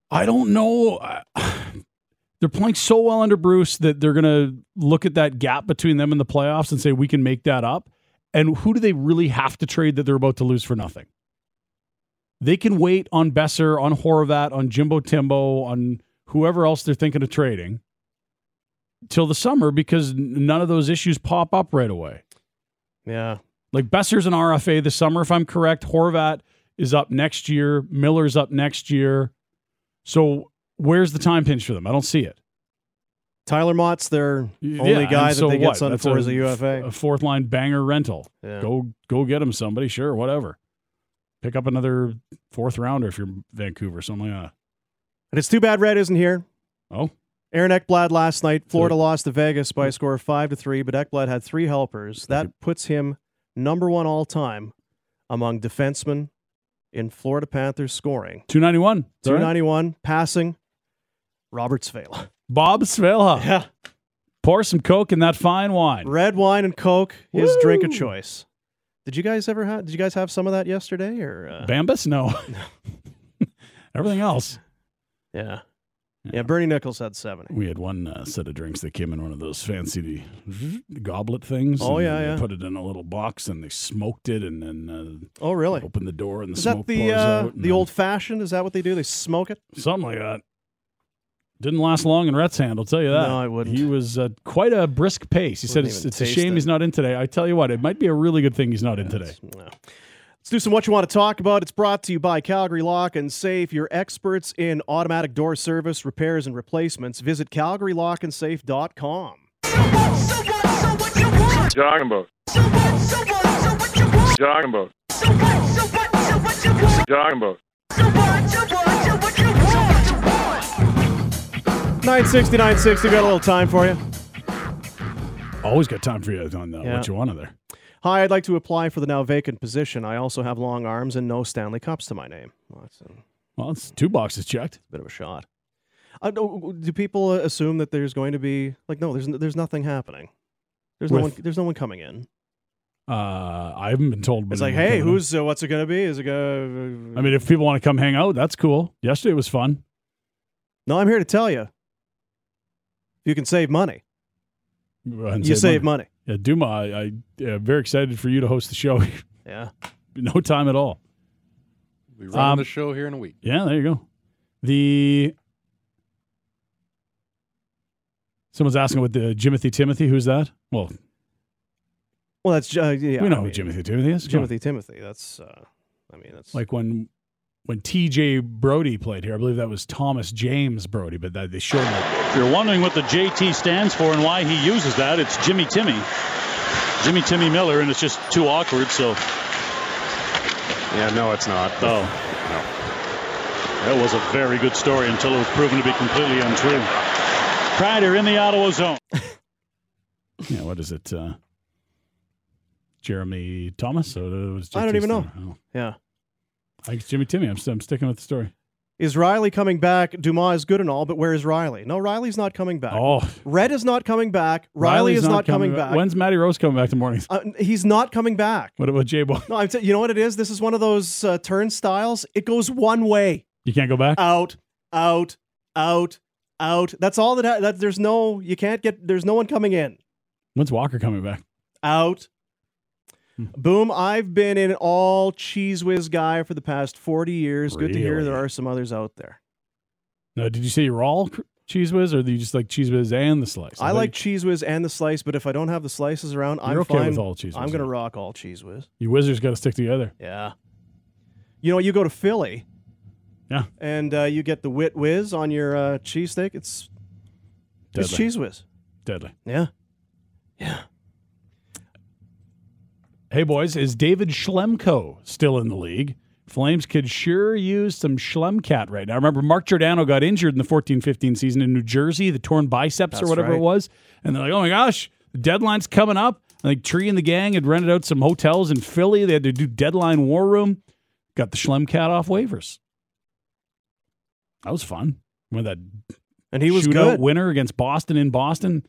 Speaker 3: I don't know. I- They're playing so well under Bruce that they're going to look at that gap between them and the playoffs and say, we can make that up. And who do they really have to trade that they're about to lose for nothing? They can wait on Besser, on Horvat, on Jimbo Timbo, on whoever else they're thinking of trading till the summer because n- none of those issues pop up right away.
Speaker 2: Yeah,
Speaker 3: Like Besser's an RFA this summer, if I'm correct. Horvat is up next year. Miller's up next year. So Where's the time pinch for them? I don't see it.
Speaker 2: Tyler Mott's their
Speaker 3: Yeah,
Speaker 2: only guy
Speaker 3: and
Speaker 2: that
Speaker 3: so
Speaker 2: they
Speaker 3: what?
Speaker 2: get on
Speaker 3: That's
Speaker 2: for
Speaker 3: a-
Speaker 2: is a UFA.
Speaker 3: A fourth line banger rental.
Speaker 2: Yeah.
Speaker 3: Go go get him somebody, sure, whatever. Pick up another fourth rounder if you're Vancouver, something like that.
Speaker 2: And it's too bad Red isn't here.
Speaker 3: Oh,
Speaker 2: Aaron Eckblad last night. Florida lost to Vegas by a score of five to three, but Eckblad had three helpers. That puts him number one all time among defensemen in Florida Panthers scoring.
Speaker 3: 291. It's all
Speaker 2: Two
Speaker 3: right.
Speaker 2: ninety one passing. Robert Svela.
Speaker 3: Bob Svelha.
Speaker 2: Yeah.
Speaker 3: Pour some Coke in that fine wine.
Speaker 2: Red wine and Coke, his drink of
Speaker 3: Woo!
Speaker 2: choice. Did you guys ever have? Did you guys have some of that yesterday? Or uh,
Speaker 3: Bambus? No. Everything else.
Speaker 2: yeah. yeah, Bernie Nichols had seventy.
Speaker 3: We had one uh, set of drinks that came in one of those fancy goblet things.
Speaker 2: Oh,
Speaker 3: and
Speaker 2: yeah,
Speaker 3: they
Speaker 2: yeah.
Speaker 3: Put it in a little box and they smoked it and then
Speaker 2: Oh,
Speaker 3: uh,
Speaker 2: really?
Speaker 3: opened the door and the
Speaker 2: Is
Speaker 3: smoke
Speaker 2: that the
Speaker 3: pours
Speaker 2: uh,
Speaker 3: out. and
Speaker 2: the
Speaker 3: then-
Speaker 2: old fashioned? Is that what they do? They smoke it.
Speaker 3: something like that. Didn't last long in Rhett's hand, I'll tell you that.
Speaker 2: No, I wouldn't.
Speaker 3: He was uh, quite a brisk pace. He said
Speaker 2: Wouldn't
Speaker 3: it's,
Speaker 2: even
Speaker 3: it's a
Speaker 2: taste
Speaker 3: shame
Speaker 2: it.
Speaker 3: he's not in today. I tell you what, it might be a really good thing he's not in today.
Speaker 2: No. Let's do some what you want to talk about. It's brought to you by Calgary Lock and Safe, your experts in automatic door service, repairs, and replacements. Visit calgarylockandsafe.com.
Speaker 6: Talking about. Talking about. Talking about.
Speaker 2: 960, 960, got a little time for you.
Speaker 3: Always got time for you on uh,
Speaker 2: Yeah.
Speaker 3: what you want there.
Speaker 2: Hi, I'd like to apply for the now vacant position. I also have long arms and no Stanley Cups to my name. Well, that's a
Speaker 3: Well, it's two boxes checked.
Speaker 2: bit of a shot. Uh, do do people uh, assume that there's going to be like no? There's n- there's nothing happening. There's no one.
Speaker 3: With-
Speaker 2: There's no one coming in.
Speaker 3: Uh, I haven't been told.
Speaker 2: It's
Speaker 3: when
Speaker 2: like,
Speaker 3: they're
Speaker 2: hey,
Speaker 3: coming in.
Speaker 2: who's uh, what's it going to be? Is it going?
Speaker 3: Mm-hmm. I mean, if people want to come hang out, that's cool. Yesterday was fun.
Speaker 2: No, I'm here to tell you. You can save money.
Speaker 3: And
Speaker 2: you save money.
Speaker 3: Yeah, Duma, I, I uh, very excited for you to host the show.
Speaker 2: Yeah.
Speaker 3: no time at all.
Speaker 5: We run
Speaker 3: Um,
Speaker 5: the show here in a week.
Speaker 3: Yeah, there you go. The someone's asking what the Jimothy Timothy. Who's that? Well,
Speaker 2: Well, that's uh, yeah.
Speaker 3: we know
Speaker 2: I
Speaker 3: who
Speaker 2: mean,
Speaker 3: Jimothy Timothy is. Come on.
Speaker 2: Timothy Timothy. That's. Uh, I mean, that's
Speaker 3: Like when when T.J. Brody played here, I believe that was Thomas James Brody, but that they showed me.
Speaker 7: If you're wondering what the JT stands for and why he uses that, it's Jimmy Timmy. Jimmy Timmy Miller, and it's just too awkward, so.
Speaker 8: Yeah, no, it's not.
Speaker 7: Oh. That was a very good story until it was proven to be completely untrue. Kreider in the Ottawa zone.
Speaker 3: Yeah, what is it? Uh, Jeremy Thomas? Or it was
Speaker 2: I don't
Speaker 3: JT
Speaker 2: even know.
Speaker 3: 's name. Oh.
Speaker 2: yeah.
Speaker 3: I think it's Jimmy Timmy. I'm, I'm sticking with the story.
Speaker 2: Is Riley coming back? Dumas is good and all, but where is Riley? No, Riley's not coming back.
Speaker 3: Oh,
Speaker 2: Red is not coming back. Uh, Riley
Speaker 3: Riley's
Speaker 2: is not, coming, back.
Speaker 3: When's Matty Rose coming back to mornings?
Speaker 2: Uh, he's not coming back.
Speaker 3: What about J Boy?
Speaker 2: No, I'm. T- you know what it is? This is one of those uh, turnstiles. It goes one way.
Speaker 3: You can't go back.
Speaker 2: out, out, out, out. That's all that, ha- that there's no you can't get there's no one coming in.
Speaker 3: When's Walker coming back?
Speaker 2: Out.
Speaker 3: Hmm.
Speaker 2: Boom, I've been an all cheese whiz guy for the past 40 years. Good to hear
Speaker 3: Really?
Speaker 2: there are some others out there.
Speaker 3: No, did you say you're all cr- cheese whiz, or do you just like cheese whiz and the slice?
Speaker 2: I
Speaker 3: thought
Speaker 2: like cheese whiz and the slice, but if I don't have the slices around,
Speaker 3: you,
Speaker 2: I'm
Speaker 3: you're okay
Speaker 2: fine.
Speaker 3: with all cheese.
Speaker 2: I'm
Speaker 3: Whiz,
Speaker 2: going to
Speaker 3: right?
Speaker 2: rock all cheese whiz.
Speaker 3: You wizards got to stick together.
Speaker 2: Yeah. You know, you go to Philly.
Speaker 3: Yeah.
Speaker 2: And uh, you get the wit whiz on your uh, cheesesteak. It's it's
Speaker 3: Deadly.
Speaker 2: cheese whiz.
Speaker 3: Deadly.
Speaker 2: Yeah.
Speaker 3: Hey boys, is David Schlemko still in the league? Flames could sure use some Schlemcat right now. Remember, Mark Giordano got injured in the 14-15 season in New Jersey, the torn biceps or
Speaker 2: That's
Speaker 3: whatever
Speaker 2: right.
Speaker 3: it was, and they're like, "Oh my gosh, the deadline's coming up." I think Tree and the gang had rented out some hotels in Philly. They had to do deadline war room. Got the Schlemcat off waivers. That was fun. Remember that
Speaker 2: And he was
Speaker 3: shootout
Speaker 2: good.
Speaker 3: winner against Boston in Boston?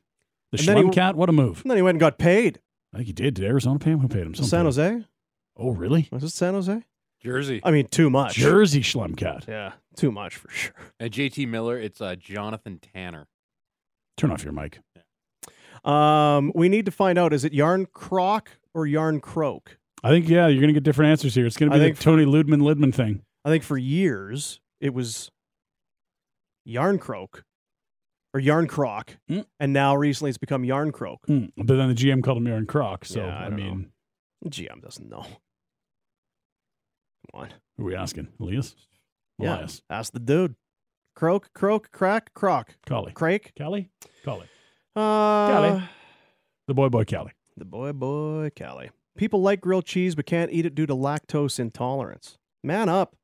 Speaker 3: The
Speaker 2: And then he-
Speaker 3: Schlemcat, what a move!
Speaker 2: And then he went and got paid.
Speaker 3: I think he did. Did Arizona pay him? Who paid him? Someone
Speaker 2: San
Speaker 3: paid him.
Speaker 2: Jose?
Speaker 3: Oh, really?
Speaker 2: Was it San Jose?
Speaker 5: Jersey.
Speaker 2: I mean, too much.
Speaker 3: Jersey Schlemcat.
Speaker 2: Yeah, too much for sure.
Speaker 5: And JT Miller, it's uh, Jonathan Tanner.
Speaker 3: Turn off your mic.
Speaker 2: Um, we need to find out is it Yarn Croc or Yarn Croak?
Speaker 3: I think yeah, you're gonna get different answers here. It's gonna
Speaker 2: I
Speaker 3: be the
Speaker 2: think-
Speaker 3: Tony Ludman Lidman thing.
Speaker 2: I think for years it was Yarn Croak or Yarn Croc,
Speaker 3: Mm.
Speaker 2: and now recently it's become Yarn Croak.
Speaker 3: Hmm. But then the GM called him Aaron Croc. So
Speaker 2: Yeah, I
Speaker 3: I,
Speaker 2: don't know.
Speaker 3: mean,
Speaker 2: GM doesn't know. Come on,
Speaker 3: who are we asking? Elias?
Speaker 2: Yeah.
Speaker 3: Elias.
Speaker 2: ask the dude. Croak, croak, crack, croc,
Speaker 3: Collie.
Speaker 2: crake.
Speaker 3: Callie? Collie.
Speaker 2: Uh,
Speaker 3: The boy boy Callie.
Speaker 2: the boy, boy, Callie. People like grilled cheese but can't eat it due to lactose intolerance. Man up.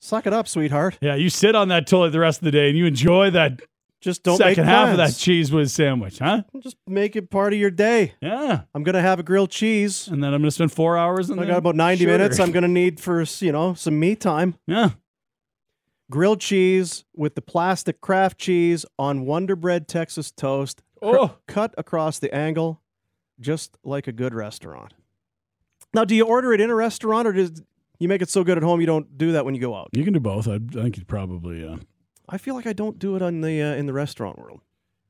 Speaker 2: Suck it up, sweetheart.
Speaker 3: yeah, you sit on that toilet the rest of the day and you enjoy that
Speaker 2: Just don't
Speaker 3: second
Speaker 2: make
Speaker 3: half of that
Speaker 2: plans.
Speaker 3: cheese whiz sandwich, huh?
Speaker 2: Just make it part of your day.
Speaker 3: Yeah.
Speaker 2: I'm gonna have a grilled cheese.
Speaker 3: And then I'm going to spend four hours in
Speaker 2: I got about 90 minutes. I'm gonna need for you know some me time.
Speaker 3: Yeah.
Speaker 2: Grilled cheese with the plastic craft cheese on Wonder Bread Texas toast. cr-
Speaker 3: Oh.
Speaker 2: cut across the angle, just like a good restaurant. Now, do you order it in a restaurant, or does you make it so good at home you don't do that when you go out?
Speaker 3: You can do both. I, I think you'd probably, uh,
Speaker 2: I feel like I don't do it on the uh, in the restaurant world.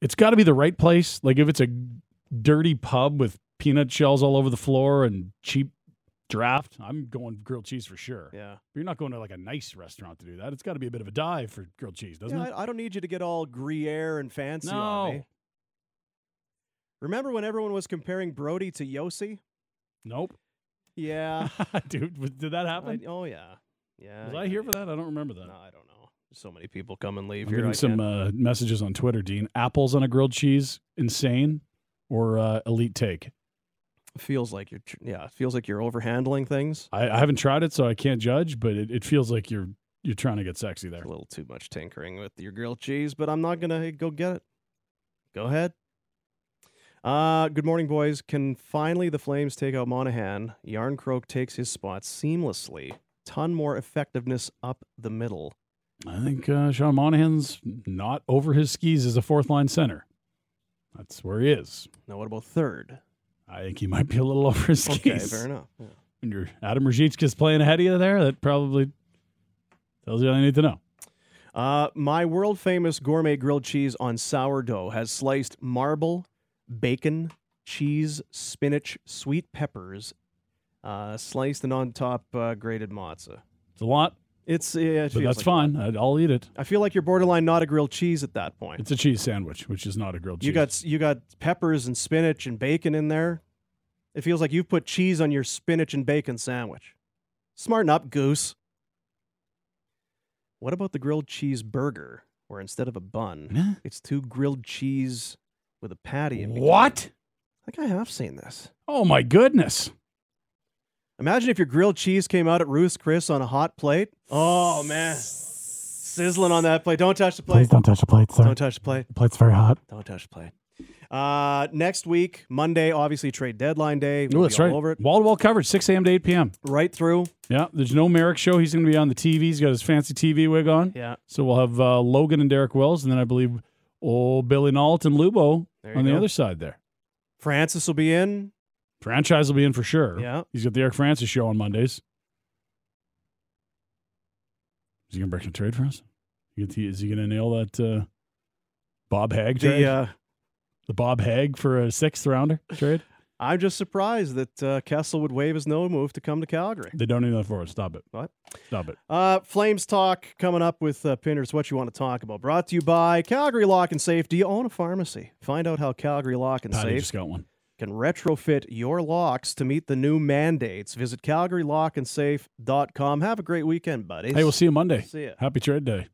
Speaker 3: it's got to be the right place. Like if it's a dirty pub with peanut shells all over the floor and cheap draft, I'm going grilled cheese for sure.
Speaker 2: Yeah,
Speaker 3: You're not going to like a nice restaurant to do that. It's got to be a bit of a dive for grilled cheese, doesn't
Speaker 2: yeah
Speaker 3: it?
Speaker 2: I, I don't need you to get all Gruyere and fancy. on
Speaker 3: No.
Speaker 2: me. Remember when everyone was comparing Brody to Yossi?
Speaker 3: nope.
Speaker 2: Yeah.
Speaker 3: Dude, was- did that
Speaker 2: I,
Speaker 3: happen?
Speaker 2: oh yeah. Yeah.
Speaker 3: was
Speaker 2: yeah,
Speaker 3: I here
Speaker 2: yeah.
Speaker 3: for that? I don't remember that.
Speaker 2: No, I don't know. So many people come and leave
Speaker 3: I'm
Speaker 2: here. I
Speaker 3: getting some
Speaker 2: can't-
Speaker 3: uh, messages on Twitter, Dean. Apples on a grilled cheese, insane, or uh, elite take.
Speaker 2: feels like you're, tr- yeah, it feels like you're overhandling things.
Speaker 3: I, I haven't tried it, so I can't judge, but it, it feels like you're you're trying to get sexy there.
Speaker 2: A little too much tinkering with your grilled cheese, but I'm not gonna go get it. Go ahead. Uh, good morning, boys. Can finally the Flames take out Monahan? Yarn Croak takes his spot seamlessly. Ton more effectiveness up the middle.
Speaker 3: I think uh, Sean Monahan's not over his skis as a fourth line center. That's where he is.
Speaker 2: Now, what about third?
Speaker 3: I think he might be a little over his skis.
Speaker 2: Okay, fair enough. Yeah.
Speaker 3: When your Adam Rajicka's playing ahead of you there, that probably tells you all you need to know.
Speaker 2: Uh, my world famous gourmet grilled cheese on sourdough has sliced marble, bacon, cheese, spinach, sweet peppers, uh, sliced and on top uh, grated matzo.
Speaker 3: It's a lot,
Speaker 2: It's yeah, it
Speaker 3: but
Speaker 2: feels
Speaker 3: that's
Speaker 2: like a
Speaker 3: fine. I'd, I'll eat it.
Speaker 2: lot. I feel like you're borderline not a grilled cheese at that point.
Speaker 3: It's a cheese sandwich, which is not a grilled cheese.
Speaker 2: you got you got peppers and spinach and bacon in there. It feels like you've put cheese on your spinach and bacon sandwich. Smarten up, goose. What about the grilled cheese burger, where instead of a bun,
Speaker 3: Huh?
Speaker 2: it's two grilled cheese with a patty. in between.
Speaker 3: what?
Speaker 2: I think I have seen this.
Speaker 3: Oh my goodness!
Speaker 2: Imagine if your grilled cheese came out at Ruth's Chris on a hot plate. Oh man, sizzling on that plate. Don't touch the plate.
Speaker 3: don't touch the plate, sir.
Speaker 2: Don't touch the plate.
Speaker 3: plate's very hot.
Speaker 2: Don't touch the plate. Uh, next week, Monday, obviously trade deadline day. We'll
Speaker 3: Oh, that's
Speaker 2: be all
Speaker 3: right.
Speaker 2: over it.
Speaker 3: Wall to wall coverage, six a.m. to eight p.m.
Speaker 2: Right through.
Speaker 3: Yeah, there's no Merrick show. He's going to be on the TV. He's got his fancy TV wig on.
Speaker 2: Yeah.
Speaker 3: So we'll have uh, Logan and Derek Wells, and then I believe old Billy Nault and Lubo
Speaker 2: There you
Speaker 3: on the
Speaker 2: go.
Speaker 3: other side there.
Speaker 2: Francis will be in.
Speaker 3: Franchise will be in for sure.
Speaker 2: Yeah.
Speaker 3: He's got the Eric Francis show on Mondays. Is he going to break the trade for us? You get the- Is he going to nail that uh, Bob Hag trade?
Speaker 2: The, uh,
Speaker 3: the Bob Hag for a sixth rounder trade?
Speaker 2: I'm just surprised that uh, Kessel would waive his no move to come to Calgary.
Speaker 3: They don't need that for us. Stop it.
Speaker 2: What?
Speaker 3: Stop it.
Speaker 2: Uh, Flames talk coming up with uh, Pinners. What you want to talk about? Brought to you by Calgary Lock and Safe. Do you own a pharmacy? Find out how Calgary Lock and
Speaker 3: Patty
Speaker 2: Safe
Speaker 3: just got one.
Speaker 2: can retrofit your locks to meet the new mandates. Visit CalgaryLockandSafe.com. Have a great weekend, buddies.
Speaker 3: Hey, we'll see you Monday.
Speaker 2: See ya.
Speaker 3: Happy trade day.